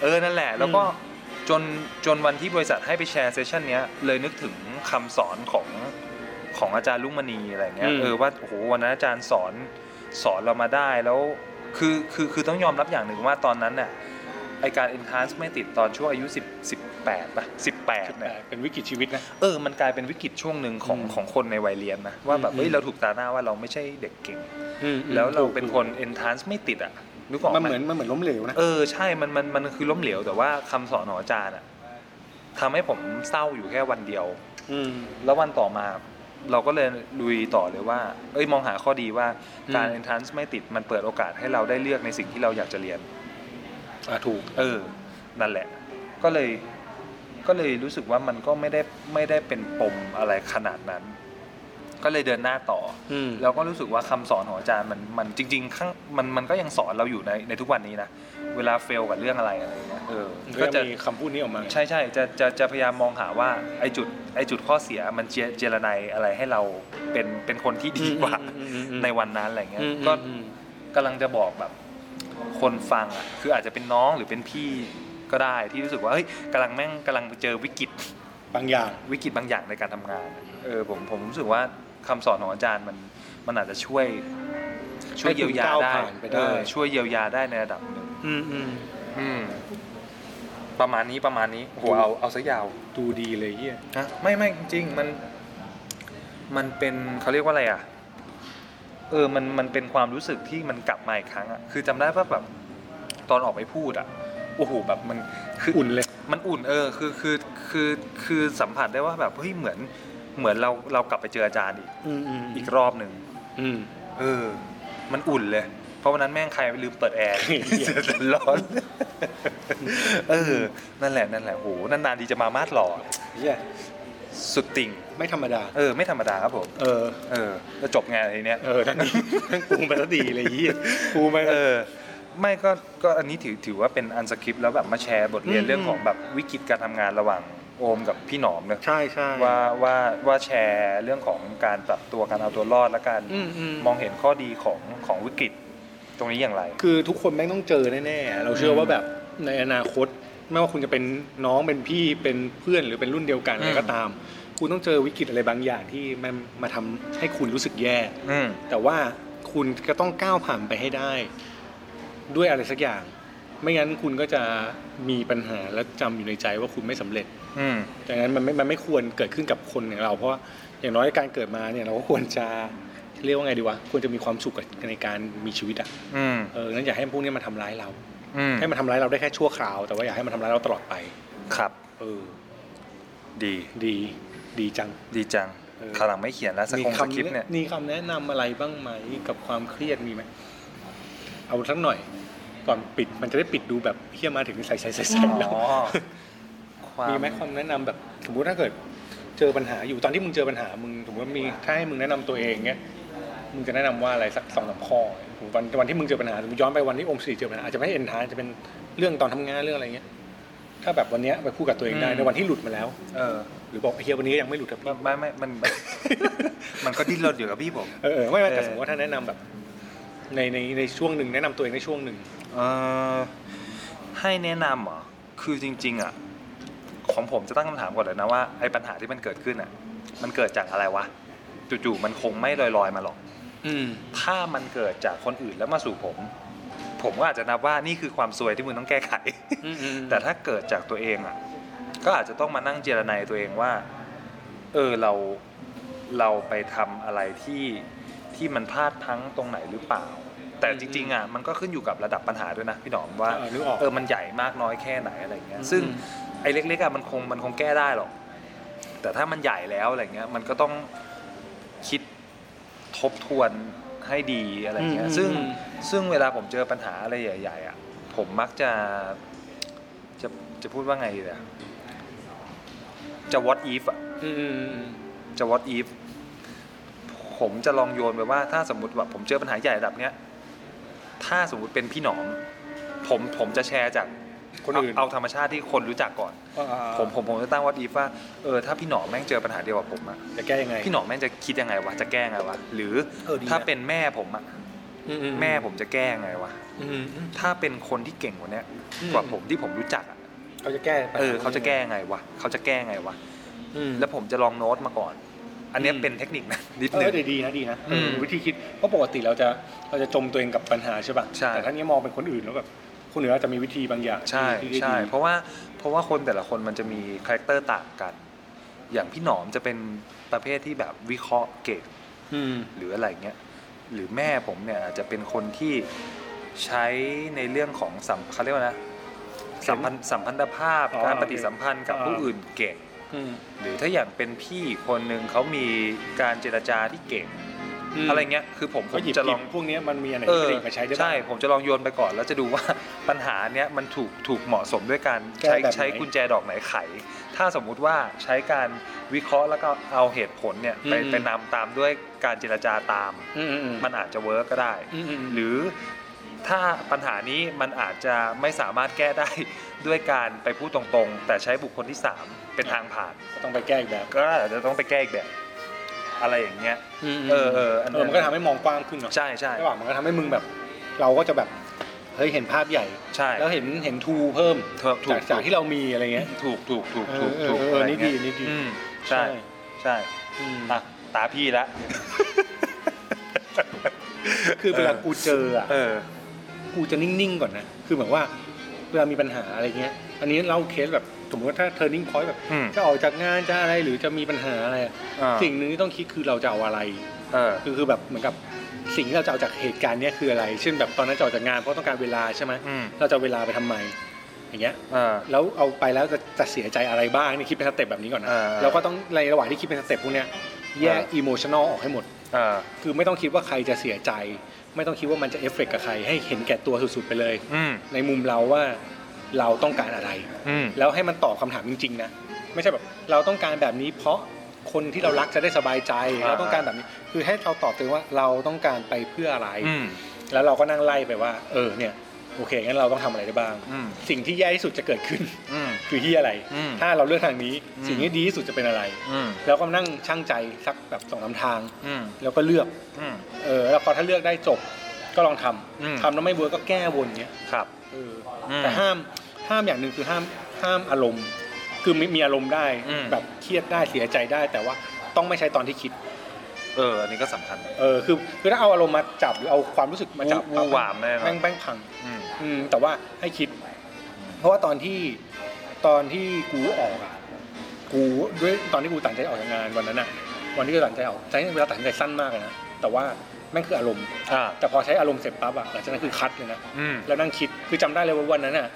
[SPEAKER 2] เออนั่นแหละ แล้วก็
[SPEAKER 1] อืม
[SPEAKER 2] จนจนวันที่บริษัทให้ไปแชร์เซสชันเนี้ยเลยนึกถึงคำสอนของของอาจารย์ลุงมณีอะไรเงี้ย
[SPEAKER 1] อืม
[SPEAKER 2] เออว่าโอ้โหวันนั้นอาจารย์สอนสอนเรามาได้แล้วคือคือคือต้องยอมรับอย่างหนึ่งว่าตอนนั้นน่ะไอการ entrance ไม่ติดตอนช่วงอายุ 10 18ป่ะ18เนี่ย
[SPEAKER 1] เป็นวิกฤตชีวิตนะ
[SPEAKER 2] เออ มันกลายเป็นวิกฤตช่วงหนึ่งของ
[SPEAKER 1] อืม
[SPEAKER 2] ของคนในวัยเรียนนะว่าแบบ
[SPEAKER 1] อืม
[SPEAKER 2] เฮ้ยเราถูกตาหน้าว่าเราไม่ใช่เด็กเก่ง แล้วเราเป็นคน entrance ไม่ติดอ่ะนึกออก
[SPEAKER 1] มัน
[SPEAKER 2] ไห
[SPEAKER 1] เห
[SPEAKER 2] ม
[SPEAKER 1] มือนมันเหมือนล้มเหลวนะ
[SPEAKER 2] เออใช่ มันมันมันคือล้มเหลวแต่ว่าคำสอนของอาจารย์อะทำให้ผมเศร้าอยู่แค่วันเดียว
[SPEAKER 1] อืม
[SPEAKER 2] แล้ววันต่อมา เราก็เลยลุยต่อเลยว่า เอ้ยมองหาข้อดีว่าการ
[SPEAKER 1] อืม
[SPEAKER 2] entrance ไม่ติดมันเปิดโอกาสให้เราได้เลือกในสิ่งที่เราอยากจะเรียน
[SPEAKER 1] อ่ะถูก
[SPEAKER 2] เออ นั่นแหละ ก็เลยก็เลยรู้สึกว่ามันก็ไม่ได้ไม่ได้เป็นปมอะไรขนาดนั้น ก็เลยเดินหน้าต่อ
[SPEAKER 1] อืม
[SPEAKER 2] เราก็รู้สึกว่าคำสอนของอาจารย์มันมันจริงๆข้างมันมันก็ยังสอนเราอยู่ในในทุกวันนี้นะ เวลาเฟลกับเรื่องอะไรอะไรเงี้ยเออ
[SPEAKER 1] ก็
[SPEAKER 2] ก็
[SPEAKER 1] จะ
[SPEAKER 2] จะ
[SPEAKER 1] มีคำพูดนี้ออกมา
[SPEAKER 2] ใช่ใช่จะจะจะพยายามมองหาว่าไอจุดไอจุดข้อเสียมันเจเจรไนอะไรให้เราเป็นเป็นคนที่ดีกว่า
[SPEAKER 1] อืมอืมอืม
[SPEAKER 2] ในวันนั้นอะไรเงี้ย
[SPEAKER 1] อืม
[SPEAKER 2] ก็
[SPEAKER 1] อืม
[SPEAKER 2] กำลังจะบอกแบบคนฟังอ่ะคืออาจจะเป็นน้องหรือเป็นพี่ก็ได้ที่รู้สึกว่าเฮ้ยกำลังแม่งกำลังเจอวิกฤต
[SPEAKER 1] บางอย่าง
[SPEAKER 2] วิกฤตบางอย่างในการทำงาน เออผมผมรู้สึกว่าคำสอนของอาจารย์มันมันอาจจะช่วย ช่วยเยียวยา
[SPEAKER 1] ให้คุณก้าว
[SPEAKER 2] ได้
[SPEAKER 1] ผ่านไปได้
[SPEAKER 2] เออช่วยเยียวยาได้ในระดับหนึ่ง
[SPEAKER 1] อืมอืม
[SPEAKER 2] อืมประมาณนี้ประมาณนี้โอ้โหเอาเอาซะยาว
[SPEAKER 1] ดูดีเลยเฮีย
[SPEAKER 2] นะไม่ไม่จริงๆมัน มันเป็นเขาเรียกว่าอะไรอ่ะ เออมันมันเป็นความรู้สึกที่มันกลับมาอีกครั้งอ่ะคือจำได้ว่าแบบตอนออกไปพูดอ่ะโอ้โหแบบมันคือ
[SPEAKER 1] อุ่นเลย
[SPEAKER 2] มันอุ่นเออคือคือคือคือสัมผัสได้ว่าแบบเฮ้ยเหมือนเหมือนเราเรากลับไปเจออาจารย์อีก
[SPEAKER 1] อืมอืม
[SPEAKER 2] อีกรอบหนึ่ง
[SPEAKER 1] อืม
[SPEAKER 2] เออ มันอุ่นเลย เพราะวันนั้นแม่งใครลืมเปิดแอ ร์ เสียแต่ร้อน เออนั่นแหละนั่นแหละโหนานๆดีจะมามาดหล่อ
[SPEAKER 1] เฮีย
[SPEAKER 2] สุดติ่ง
[SPEAKER 1] ไม่ธรรมดา
[SPEAKER 2] เออไม่ธรรมดาครับผม
[SPEAKER 1] เออ
[SPEAKER 2] เออจะจบงานอะไรเนี้ย
[SPEAKER 1] เออทั้งนี้ทั้งปูมาซะดีเลยเฮียปูมา
[SPEAKER 2] เออไม่ก็ก็อันนี้ถือถือว่าเป็นอันสคริปต์แล้วแบบมาแชร์บทเรียน
[SPEAKER 1] อืม
[SPEAKER 2] เรื่องของแบบวิกฤตการทำงานระหว่างโอมกับพี่หนอมเนอะ
[SPEAKER 1] ใช่ใช่
[SPEAKER 2] ว่าว่าว่าแชร์เรื่องของการปรับตัวการเอาตัวรอดและการ
[SPEAKER 1] อืมอืม
[SPEAKER 2] มองเห็นข้อดีของของวิกฤต ตรงนี้อย่างไร
[SPEAKER 1] คือทุกคนแม่งต้องเจอแน่ๆ เราเชื่อว่าแบบในอนาคต ไม่ว่าคุณจะเป็นน้องเป็นพี่เป็นเพื่อนหรือเป็นรุ่นเดียวกัน
[SPEAKER 2] อืม
[SPEAKER 1] อะไรก็ตาม คุณต้องเจอวิกฤตอะไรบางอย่างที่มันมาทำให้คุณรู้สึกแย่
[SPEAKER 2] อืม
[SPEAKER 1] แต่ว่าคุณก็ต้องก้าวผ่านไปให้ได้ ด้วยอะไรสักอย่าง ไม่งั้นคุณก็จะมีปัญหาและจำอยู่ในใจว่าคุณไม่สำเร็จ
[SPEAKER 2] อืม
[SPEAKER 1] ดังนั้นมันไม่มันไม่ควรเกิดขึ้นกับคนอย่างเรา เพราะว่าอย่างน้อยการเกิดมาเนี่ยเราก็ควรจะเรียกว่าไงดีวะควรจะมีความสุขกับในการมีชีวิตอะ
[SPEAKER 2] อืม
[SPEAKER 1] เออนั้นอย่าให้พวกเนี้ยมาทำร้ายเรา
[SPEAKER 2] อืม
[SPEAKER 1] ให้มันทำร้ายเราได้แค่ชั่วคราว แต่ว่าอย่าให้มันทำร้ายเราตลอดไป
[SPEAKER 2] ครับ
[SPEAKER 1] เออ
[SPEAKER 2] ดี
[SPEAKER 1] ดีดีจัง
[SPEAKER 2] ดีจัง
[SPEAKER 1] เออ
[SPEAKER 2] ขาวหลังไม่เขียนแล้วสักคงสคริปต์เนี่ย
[SPEAKER 1] มีคำแนะนำอะไรบ้างไหมกับความเครียดมีไหม เอาสักหน่อย ก่อนปิดมันจะได้ปิดดูแบบเฮียมาถึงใส่ใส่ใส่ใส่
[SPEAKER 2] อ๋
[SPEAKER 1] แล้ว
[SPEAKER 2] อความ
[SPEAKER 1] มีไหมความแนะนำแบบ สมมุติถ้าเกิด เจอปัญหาอยู่ตอนที่มึงเจอปัญหามึงสมมติว่ามีถ้าให้มึงแนะนำตัวเองเงี้ยมึงจะแนะนำว่าอะไรสักสองสามข้อวันวันที่มึงเจอปัญหาสมมติย้อนไปวันที่องค์สี่เจอปัญหาอาจจะไม่เอ็นทานจะเป็นเรื่องตอนทำงานเรื่องอะไรเงี้ยถ้าแบบวันเนี้ยไปพูดกับตัวเองได้ในวันที่หลุดมาแล้ว
[SPEAKER 2] เออ
[SPEAKER 1] หรือบอกไอ้เฮียวันนี้ยังไม่หลุดกับพี่
[SPEAKER 2] ไม่ไม่มัน มันก็ดิ้นรนอยู่กับพี่ผม
[SPEAKER 1] เออเออไม่ไม่แต่
[SPEAKER 2] เออ
[SPEAKER 1] สมมติว่าถ้าแนะนำแบบ ในในในช่วงหนึ่งแนะนำตัวเองในช่วงหนึ่ง
[SPEAKER 2] เอ่อให้แนะนำเหรอ คือจริง ๆ อ่ะ ของผมจะตั้งคำถามก่อนเลยนะว่าไอ้ปัญหาที่มันเกิดขึ้นอ่ะ มันเกิดจากอะไรวะ จู่ๆมันคงไม่ลอยๆมาหรอก
[SPEAKER 1] อืม
[SPEAKER 2] ถ้ามันเกิดจากคนอื่นแล้วมาสู่ผม ผมก็อาจจะนับว่านี่คือความซวยที่มึงต้องแก้ไข แต่ถ้าเกิดจากตัวเองอ่ะ ก็อาจจะต้องมานั่งเจรไนายตัวเองว่า เออเราเราไปทำอะไรที่ที่มันพลาดพลั้งตรงไหนหรือเปล่า แต่จริงๆอ่ะมันก็ขึ้นอยู่กับระดับปัญหาด้วยนะพี่หนอมว่า
[SPEAKER 1] เออนึกออก
[SPEAKER 2] เออมันใหญ่มากน้อยแค่ไหนอะไรเงี้ย
[SPEAKER 1] อืม
[SPEAKER 2] ซึ่งไอ้เล็กๆอ่ะมันคงมันคงแก้ได้หรอก แต่ถ้ามันใหญ่แล้วอะไรเงี้ยมันก็ต้องคิดทบทวนให้ดีอะไรเงี้ย
[SPEAKER 1] อืม
[SPEAKER 2] ซึ่ง
[SPEAKER 1] อืม
[SPEAKER 2] ซึ่งเวลาผมเจอปัญหาอะไรใหญ่ ๆ อ่ะ ผมมักจะจะจะพูดว่าไงดีอะจะ what if อ่ะ
[SPEAKER 1] อืมอืม
[SPEAKER 2] จะ what if ผมจะลองโยนไปว่าถ้าสมมติว่าผมเจอปัญหาใหญ่ระดับเนี้ยถ้าสมมติเป็นพี่หนอม ผมผมจะแชร์จาก
[SPEAKER 1] คนอื่น
[SPEAKER 2] เอาเอาธรรมชาติที่คนรู้จักก่อน
[SPEAKER 1] อ่าอ่า
[SPEAKER 2] ผมผมผมจะตั้ง what if ว่าเออถ้าพี่หนอมแม่งเจอปัญหาเดียวกับผมอะ
[SPEAKER 1] จะแก้ยังไง
[SPEAKER 2] พี่หนอมแม่งจะคิดยังไงวะจะแก้ยังไงวะหรือ
[SPEAKER 1] เออดีนะ
[SPEAKER 2] ถ้าเป็นแม่ผมอะ
[SPEAKER 1] อือื
[SPEAKER 2] แม่ผมจะแก้ยังไงวะ
[SPEAKER 1] อืมอืม
[SPEAKER 2] ถ้าเป็นคนที่เก่งกว่าเนี้ย
[SPEAKER 1] อืม
[SPEAKER 2] กว่าผมที่ผมรู้จักอะ
[SPEAKER 1] เขาจะแก้ปัญห
[SPEAKER 2] เออเขาจะแก้ยังไงวะเขาจะแก้ยังไงวะ
[SPEAKER 1] อืม
[SPEAKER 2] แล้วผมจะลองโน้ตมาก่อน อันเนี้ย
[SPEAKER 1] อืม
[SPEAKER 2] เป็นเทคนิคนะ นิด
[SPEAKER 1] เอ
[SPEAKER 2] นึ
[SPEAKER 1] อง ดีดีนะดีนะ
[SPEAKER 2] อืม
[SPEAKER 1] เออวิธีคิดเพราะปกติเราจะเราจะจมตัวเองกับปัญหาใช่ป่ะ
[SPEAKER 2] ใช่
[SPEAKER 1] แต่ท่านี้มองเป็นคนอื่นแล้วแบบคนอื่นอาจจะมีวิธีบางอย่าง
[SPEAKER 2] ใช่
[SPEAKER 1] ที่ที่
[SPEAKER 2] ใช่
[SPEAKER 1] ได้ดี
[SPEAKER 2] เพราะว่าเพราะว่าคนแต่ละคนมันจะมีคาแรคเตอร์ต่างกัน อย่างพี่หนอมจะเป็นประเภทที่แบบวิเคราะห์เก่ง
[SPEAKER 1] อืม
[SPEAKER 2] หรืออะไรเงี้ย หรือแม่ผมเนี่ยอาจจะเป็นคนที่ใช้ในเรื่องของสัมเขาเรียกว่านะสัมพันธ์สัมพันธภาพการปฏิสัมพันธ์กับผู้อื่นเก่ง
[SPEAKER 1] อืม
[SPEAKER 2] หรือถ้าอย่างเป็นพี่คนหนึ่งเขามีการเจรจาที่เก่ง อะไรเงี้ยคือผมผ
[SPEAKER 1] เขา
[SPEAKER 2] ม
[SPEAKER 1] หยิบ
[SPEAKER 2] จะล
[SPEAKER 1] ล
[SPEAKER 2] อ
[SPEAKER 1] อง
[SPEAKER 2] ง
[SPEAKER 1] พวกเนี้ยมันมีอะไร
[SPEAKER 2] เออ
[SPEAKER 1] ที่เด็กมาใช้ได้บ้าง
[SPEAKER 2] ใช่ผมจะลองโยนไปก่อนแล้วจะดูว่า ปัญหาเนี้ยมันถูกถูกเหมาะสมด้วยการใช้
[SPEAKER 1] แก้แบบไหน
[SPEAKER 2] ใช้กุญแจดอกไหนไข ถ้าสมมุติว่าใช้การวิเคราะห์แล้วก็เอาเหตุผลเนี่ยไปไปนำตามด้วยการเจรจาตาม
[SPEAKER 1] อืมอืม
[SPEAKER 2] มันอาจจะเวิร์กก็ได้
[SPEAKER 1] อืมอืม
[SPEAKER 2] หรือถ้าปัญหานี้มันอาจจะไม่สามารถแก้ได้ ด้วยการไปพูดตรงๆ แต่ใช้บุคคลที่ 3 เป็นทางผ่าน
[SPEAKER 1] ก็ต้องไปแก้อีกแบบ
[SPEAKER 2] ก็อาจจะต้องไปแก้อีกแบบ อะไรอย่างเงี้ย
[SPEAKER 1] เอ
[SPEAKER 2] เออ
[SPEAKER 1] อเอ
[SPEAKER 2] เอ
[SPEAKER 1] อ
[SPEAKER 2] ออั
[SPEAKER 1] อัน
[SPEAKER 2] นนั้น
[SPEAKER 1] มันก็ทำให้มองกว้างขึ้นเนาะ
[SPEAKER 2] ใช่ใช่
[SPEAKER 1] ระหว่างมันก็ทำให้มึงแบบ เราก็จะแบบเฮ้ยเห็นภาพใหญ่
[SPEAKER 2] ใช่
[SPEAKER 1] แล้วเห็นเห็นทูเพิ่ม
[SPEAKER 2] ถูกถู
[SPEAKER 1] จาก
[SPEAKER 2] ก
[SPEAKER 1] จากที่เรามีอะไรเงี้ย
[SPEAKER 2] ถูกถูกถูก
[SPEAKER 1] เออ
[SPEAKER 2] ถูก
[SPEAKER 1] เออ
[SPEAKER 2] ถูก
[SPEAKER 1] เออ
[SPEAKER 2] อะไร
[SPEAKER 1] นี่ดี
[SPEAKER 2] เงี้ย
[SPEAKER 1] นี่ดี
[SPEAKER 2] อืมใช่ใช่
[SPEAKER 1] อืม
[SPEAKER 2] อ่ะตาพี่ละ
[SPEAKER 1] คือเวลา
[SPEAKER 2] เออ
[SPEAKER 1] กูเจออ่ะ
[SPEAKER 2] เออ
[SPEAKER 1] กูจะนิ่งๆก่อนนะคือเหมือนว่าเวลามีปัญหาอะไรเงี้ย อันนี้เล่าเคสแบบสมมติว่าถ้าเทอร์นิ่งพอยต์แบบ
[SPEAKER 2] อืม
[SPEAKER 1] จะออกจากงานจะอะไรหรือจะมีปัญหาอะไรอะ
[SPEAKER 2] อ่า
[SPEAKER 1] สิ่งหนึ่งที่ต้องคิดคือเราจะเอาอะไร
[SPEAKER 2] เออ
[SPEAKER 1] คือคือแบบเหมือนกับสิ่งที่เราจะเอาจากเหตุการณ์เนี้ยคืออะไร เช่นแบบตอนนั้นจะออกจากงานเพราะต้องการเวลาใช่ไหม
[SPEAKER 2] อืม
[SPEAKER 1] เราจะเอาเวลาไปทำไมอย่างเงี้ย
[SPEAKER 2] เออ
[SPEAKER 1] แล้วเอาไปแล้วจะจะเสียใจอะไรบ้างนี่คิดเป็นสเต็ปแบบนี้ก่อนนะ
[SPEAKER 2] อ่า
[SPEAKER 1] แล้วก็ต้องในระหว่างที่คิดเป็นสเต็ปพวกเนี้ยแยก
[SPEAKER 2] อ่า
[SPEAKER 1] อิโมชันอลออกให้หมด
[SPEAKER 2] เออ
[SPEAKER 1] คือไม่ต้องคิดว่าใครจะเสียใจ ไม่ต้องคิดว่ามันจะเอฟเฟกต์กับใคร ให้เห็นแก่ตัวสุดๆไปเลย
[SPEAKER 2] อืม
[SPEAKER 1] ในมุมเราว่าเราต้องการอะไร
[SPEAKER 2] อืม
[SPEAKER 1] แล้วให้มันตอบคำถามจริงๆนะไม่ใช่แบบเราต้องการแบบนี้เพราะคนที่เรารักจะได้สบายใจเราต้องการแบบนี้ คือให้เราตอบตัวเองว่าเราต้องการไปเพื่ออะไร
[SPEAKER 2] อืม
[SPEAKER 1] แล้วเราก็นั่งไล่ไปว่า เออเนี่ยโอเคงั้นเราต้องทำอะไรได้บ้าง
[SPEAKER 2] อืม
[SPEAKER 1] สิ่งที่แย่ที่สุดจะเกิดขึ้น
[SPEAKER 2] อืม
[SPEAKER 1] คือที่อะไร
[SPEAKER 2] อืม
[SPEAKER 1] ถ้าเราเลือกทางนี้
[SPEAKER 2] อืม
[SPEAKER 1] สิ่งที่ดีที่สุดจะเป็นอะไร
[SPEAKER 2] อืม
[SPEAKER 1] แล้วก็นั่งช่างใจสักแบบสองลำทาง
[SPEAKER 2] อืม
[SPEAKER 1] แล้วก็เลือก
[SPEAKER 2] อืม
[SPEAKER 1] เออ แล้วพอถ้าเลือกได้จบ ก็ลองทำ
[SPEAKER 2] อืม
[SPEAKER 1] ทำแล้วไม่เวิร์กก็แก้วนเงี้ย
[SPEAKER 2] ครับ
[SPEAKER 1] เออ
[SPEAKER 2] อืม
[SPEAKER 1] แต่ห้าม ห้ามอย่างหนึ่งคือห้าม ห้ามอารมณ์ คือมีมีอารมณ์ได้
[SPEAKER 2] อืม
[SPEAKER 1] แบบเครียดได้เสียใจได้ แต่ว่าต้องไม่ใช่ตอนที่คิด
[SPEAKER 2] เออ อันนี้ก็สำคัญ
[SPEAKER 1] เออ คือ คือถ้าเอาอารมณ์มาจับหรือเอาความรู้สึกมาจับ
[SPEAKER 2] วูวูหวามแน่นอน
[SPEAKER 1] แม่งแม่งพัง
[SPEAKER 2] อืม
[SPEAKER 1] อืมแต่ว่าให้คิด เพราะว่าตอนที่ตอนที่กูออกอ่ะกูด้วยตอนที่กูตัดสินใจออกจากงานวันนั้นอ่ะ วันที่กูตัดสินใจออกใช้เวลาตัดสินใจสั้นมากเลยนะแต่ว่าแม่งคืออารมณ์
[SPEAKER 2] อ่า
[SPEAKER 1] แต่พอใช้อารมณ์เสร็จปั๊บอ่ะหลังจากนั้นคือคัดเลยนะ
[SPEAKER 2] อืม
[SPEAKER 1] แล้วนั่งคิดคือจำได้เลยว่าวันนั้นอ่ะ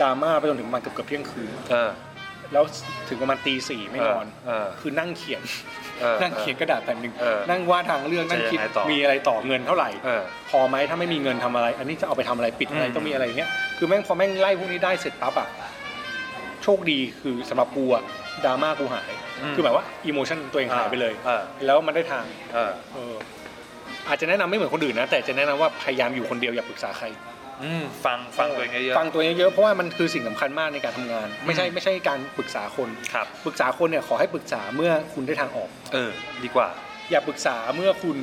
[SPEAKER 1] ดราม่าไปจนถึงประมันเกือบเกือบๆเที่ยงคืน
[SPEAKER 2] เออ
[SPEAKER 1] แล้วถึงประมาณตีสี่ไม่นอน
[SPEAKER 2] เออ
[SPEAKER 1] คือนั่งเขียน
[SPEAKER 2] เออ
[SPEAKER 1] นั่งเขียนกระดาษแผ่นหนึ่ง
[SPEAKER 2] เออ
[SPEAKER 1] นั่งวาดทางเรื่องนั่งคิด
[SPEAKER 2] จะยังไงต่อ
[SPEAKER 1] มีอะไรต่อเงินเท่าไหร่
[SPEAKER 2] เออ
[SPEAKER 1] พอไหมถ้าไม่มีเงินทำอะไร อันนี้จะเอาไปทำอะไรปิดอะไร
[SPEAKER 2] อืม
[SPEAKER 1] ต้องมีอะไรเงี้ยคือแม่งพอแม่งไล่พวกนี้ได้เสร็จปั๊บอ่ะโชคดีคือสำหรับกูอ่ะดราม่ากูหาย คือหมายว่าอิโมชันตัวเองหายไปเลย
[SPEAKER 2] เออ
[SPEAKER 1] แล้วมันได้ทาง
[SPEAKER 2] เออ
[SPEAKER 1] เอออาจจะแนะนำไม่เหมือนคนอื่นนะแต่จะแนะนำว่าพยายามอยู่คนเดียวอย่าปรึกษาใคร
[SPEAKER 2] เ อืมฟังฟังตัวเองเยอะ
[SPEAKER 1] ฟังตัวเองเยอะเพราะว่ามันคือสิ่งสำคัญมากในการทำงาน ไม่ใช่ไม่ใช่การปรึกษาคน
[SPEAKER 2] ๆครับ
[SPEAKER 1] ปรึกษาคนเนี่ยขอให้ปรึกษาเมื่อคุณได้ทางออก
[SPEAKER 2] เออ ดีกว่า
[SPEAKER 1] อย่าปรึกษาเมื่อคุณ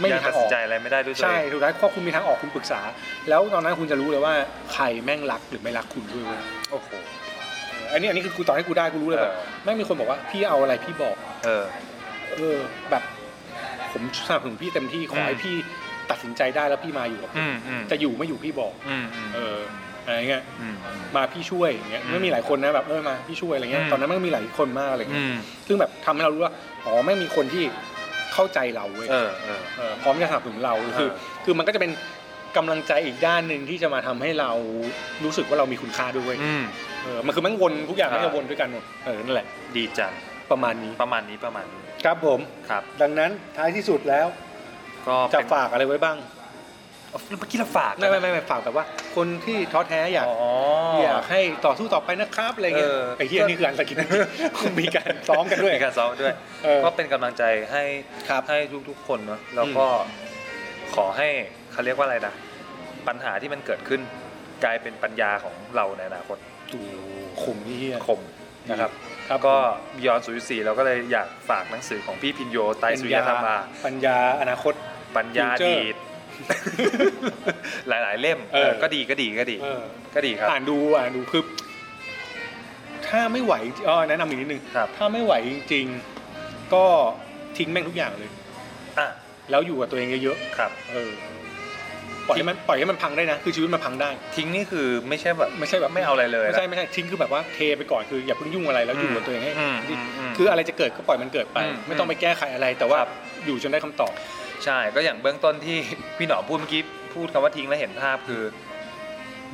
[SPEAKER 1] ไม่
[SPEAKER 2] ยั
[SPEAKER 1] มี
[SPEAKER 2] ง
[SPEAKER 1] ทา
[SPEAKER 2] ตัด
[SPEAKER 1] งอ
[SPEAKER 2] สิ
[SPEAKER 1] อน ก
[SPEAKER 2] ใจอะไรไม่ได้ด้วยตัว
[SPEAKER 1] ใช่
[SPEAKER 2] เอง
[SPEAKER 1] ถูกไหมพอคุณมีทางออกคุณปรึกษา แล้วตอนนั้นคุณจะรู้เลยว่าใครแม่งรักหรือไม่รักคุณด้วยเว้ย
[SPEAKER 2] โอ้โห
[SPEAKER 1] อันนี้อันนี้คือกูตอนให้กูได้กูรู้เลยแบบ
[SPEAKER 2] เออ
[SPEAKER 1] แม่งมีคนบอกว่าพี่เอาอะไรพี่บอก
[SPEAKER 2] เออ
[SPEAKER 1] เออแบบผมสนับสนุนพี่เต็มที่ขอให้
[SPEAKER 2] อืม
[SPEAKER 1] พี่ตัดสินใจได้แล้วพี่มาอยู่กับผม
[SPEAKER 2] อืมอืม
[SPEAKER 1] จะอยู่ไม่อยู่พี่บอก
[SPEAKER 2] อืมอืม
[SPEAKER 1] เอออะไรเงี้ย
[SPEAKER 2] อืม
[SPEAKER 1] มาพี่ช่วยอย่างเงี้ย
[SPEAKER 2] อืม
[SPEAKER 1] ไม่มีหลายคนนะแบบเออมาพี่ช่วยอะไรเงี้ย
[SPEAKER 2] อืม
[SPEAKER 1] ตอนนั้นแม่งมีหลายคนมากอะไร
[SPEAKER 2] อื
[SPEAKER 1] เงี้ย
[SPEAKER 2] ม
[SPEAKER 1] ซึ่งแบบทำให้เรารู้ว่าอ๋อแม่งมีคนที่เข้าใจเราเว้ย
[SPEAKER 2] เออเออ
[SPEAKER 1] เอ่อพร้อมจะสนับสนุนเราคือ
[SPEAKER 2] เออ
[SPEAKER 1] คือมันก็จะเป็นกำลังใจอีกด้านหนึ่งที่จะมาทำให้เรารู้สึกว่าเรามีคุณค่าด้วยเวย
[SPEAKER 2] อืม
[SPEAKER 1] เออมันคือแมันวนทุกอย่าง
[SPEAKER 2] เออ
[SPEAKER 1] มันจะวนด้วยกันหมดเออนั่นแหละ
[SPEAKER 2] ดีจัง
[SPEAKER 1] ประมาณนี้
[SPEAKER 2] ประมาณนี้ประมาณนี้
[SPEAKER 1] ครับผม
[SPEAKER 2] ครับ
[SPEAKER 1] ดังนั้นท้ายที่สุดแล้ว
[SPEAKER 2] ก็
[SPEAKER 1] จะ
[SPEAKER 2] เป็น
[SPEAKER 1] ฝากอะไรไว้บ้าง
[SPEAKER 2] เอาเมื่อกี้เราฝาก
[SPEAKER 1] ไม่ไม่ไม่ไม่ฝากแบบว่า คนที่ท้อแท้อยาก
[SPEAKER 2] อ๋อ
[SPEAKER 1] อยากให้ต่อสู้ต่อไปนะครับอะไรเงี้ย
[SPEAKER 2] เออ
[SPEAKER 1] ไอ้เหี้ยนี่คืออันสกิ นคุณมีการซ้อมกันด้วย
[SPEAKER 2] มีการซ้อมด้วย
[SPEAKER 1] เออ
[SPEAKER 2] ก็เป็นกำลังใจให้
[SPEAKER 1] ครับ
[SPEAKER 2] ให้ทุกๆคนเนาะแล้วก็ขอให้เขาเรียกว่าอะไรนะปัญหาที่มันเกิดขึ้น กลายเป็นปัญญาของเราในอนาคต
[SPEAKER 1] ตูขมนี่เหี้ย
[SPEAKER 2] คมนะครับ
[SPEAKER 1] ครับ
[SPEAKER 2] ก็ยอนสุยสีเราก็เลยอยากฝากหนังสือของพี่พินโยไตรสุริยธรรมา
[SPEAKER 1] ปัญญาอนาคต
[SPEAKER 2] ปัญญาอดีต หลายๆ เล่ม
[SPEAKER 1] เออ
[SPEAKER 2] เออก็ดีก็ดีก็ดี
[SPEAKER 1] เออ
[SPEAKER 2] ก็ดีครับ
[SPEAKER 1] อ่านดูอ่านดูคือถ้าไม่ไหวเออแนะนำอีกนิดนึง
[SPEAKER 2] ครับ
[SPEAKER 1] ถ้าไม่ไหวจริงๆ ก็ทิ้งแม่งทุกอย่างเลย
[SPEAKER 2] อ่ะ
[SPEAKER 1] แล้วอยู่กับตัวเองเยอะ
[SPEAKER 2] ครับ
[SPEAKER 1] ๆเออปล่อยให้มันปล่อยให้มันพังได้นะคือชีวิตมันพังได้
[SPEAKER 2] ทิ้งนี่คือไม่ใช่แบบ
[SPEAKER 1] ไม่ใช่แบบ
[SPEAKER 2] ไม่เอาอะไรเลย
[SPEAKER 1] ไม่
[SPEAKER 2] นะ
[SPEAKER 1] ใช่ไม่ใช่ทิ้งคือแบบว่าเทไปก่อนคืออย่าเพิ่งยุ่งอะไรแล้วอยู่กับตัวเองให้
[SPEAKER 2] อืมอืมอืม
[SPEAKER 1] คืออะไรจะเกิดก็ปล่อยมันเกิดไป
[SPEAKER 2] อืม
[SPEAKER 1] ไม่ต้องไปแก้ไขอะไร แต่ว่า
[SPEAKER 2] ครับ
[SPEAKER 1] อยู่จนได้คำตอบ
[SPEAKER 2] ใช่ก็อย่างเบื้องต้นที่ พี่หนอมพูดเมื่อกี้พูดคำว่าทิ้งแล้วเห็นภาพคือ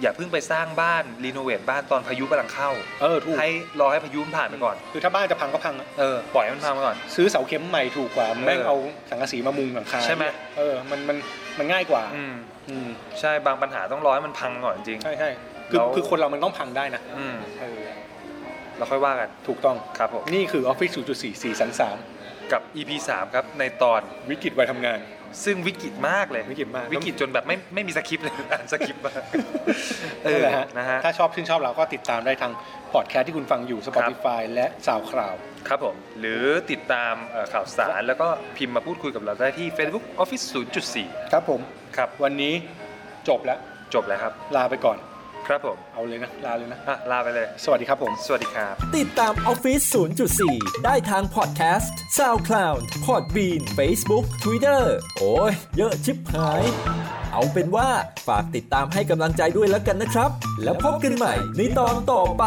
[SPEAKER 2] อย่าเพิ่งไปสร้างบ้านรีโนเวทบ้านตอนพายุกำลังเข้า
[SPEAKER 1] เออถูก
[SPEAKER 2] ให้รอให้พายุมันผ่านไปก่อน
[SPEAKER 1] คือถ้าบ้านจะพังก็พังอะ
[SPEAKER 2] เออปล่อยให้มันพังไปก่อน
[SPEAKER 1] ซื้อเสาเข็มใหม่ถูกกว่าแม่ง
[SPEAKER 2] เออ
[SPEAKER 1] เอาสังกะสีมามุงหลังคา
[SPEAKER 2] ใช่ไหม
[SPEAKER 1] เออมันมันมันง่ายกว่า
[SPEAKER 2] อืม
[SPEAKER 1] อืม
[SPEAKER 2] ใช่บางปัญหาต้องรอให้มันพังก่อนจริง
[SPEAKER 1] ใช่ใช่คือ
[SPEAKER 2] แล้ว
[SPEAKER 1] คือคนเรามันต้องพังได้นะ
[SPEAKER 2] อืม
[SPEAKER 1] เออ
[SPEAKER 2] เราค่อยว่ากัน
[SPEAKER 1] ถูกต้อง
[SPEAKER 2] ครับผม
[SPEAKER 1] นี่คือออฟฟิศ0.4 4สันสาม
[SPEAKER 2] กับ EP 3ครับในตอน
[SPEAKER 1] วิกฤตวัยทำงาน
[SPEAKER 2] ซึ่งวิกฤตมากเลย
[SPEAKER 1] วิกฤตมาก
[SPEAKER 2] วิกฤตจนแบบไม่ไม่มีสคริปต์เลยอ่านสคริปต์ มาเอ
[SPEAKER 1] นั่
[SPEAKER 2] อน
[SPEAKER 1] แหละฮะ
[SPEAKER 2] นะฮะ
[SPEAKER 1] ถ้าชอบชื่นชอบเราก็ติดตามได้ทางพอดแคสต์ที่คุณฟังอยู่ Spotify และ SoundCloud
[SPEAKER 2] ครับผม หรือติดตามเอ่อข่าวสารแล้วก็พิมพ์มาพูดคุยกับเราได้ที่ Facebook Office 0.4
[SPEAKER 1] ครับผม
[SPEAKER 2] ครับ
[SPEAKER 1] วันนี้จบแล้ว
[SPEAKER 2] จบแล้วครับ
[SPEAKER 1] ลาไปก่อน
[SPEAKER 2] ครับผม
[SPEAKER 1] เอาเลยนะ ลาเลยนะ
[SPEAKER 2] อ่ะลาไปเลย
[SPEAKER 1] สวัสดีครับผม
[SPEAKER 2] สวัสดีครับ
[SPEAKER 3] ติดตามออฟฟิศ0.4 ได้ทางพอดแคสต์ SoundCloud Podbean Facebook Twitter โอ้ย เยอะชิบหาย เอาเป็นว่าฝากติดตามให้กำลังใจด้วยแล้วกันนะครับ แล้วพบกันใหม่ในตอนต่อไป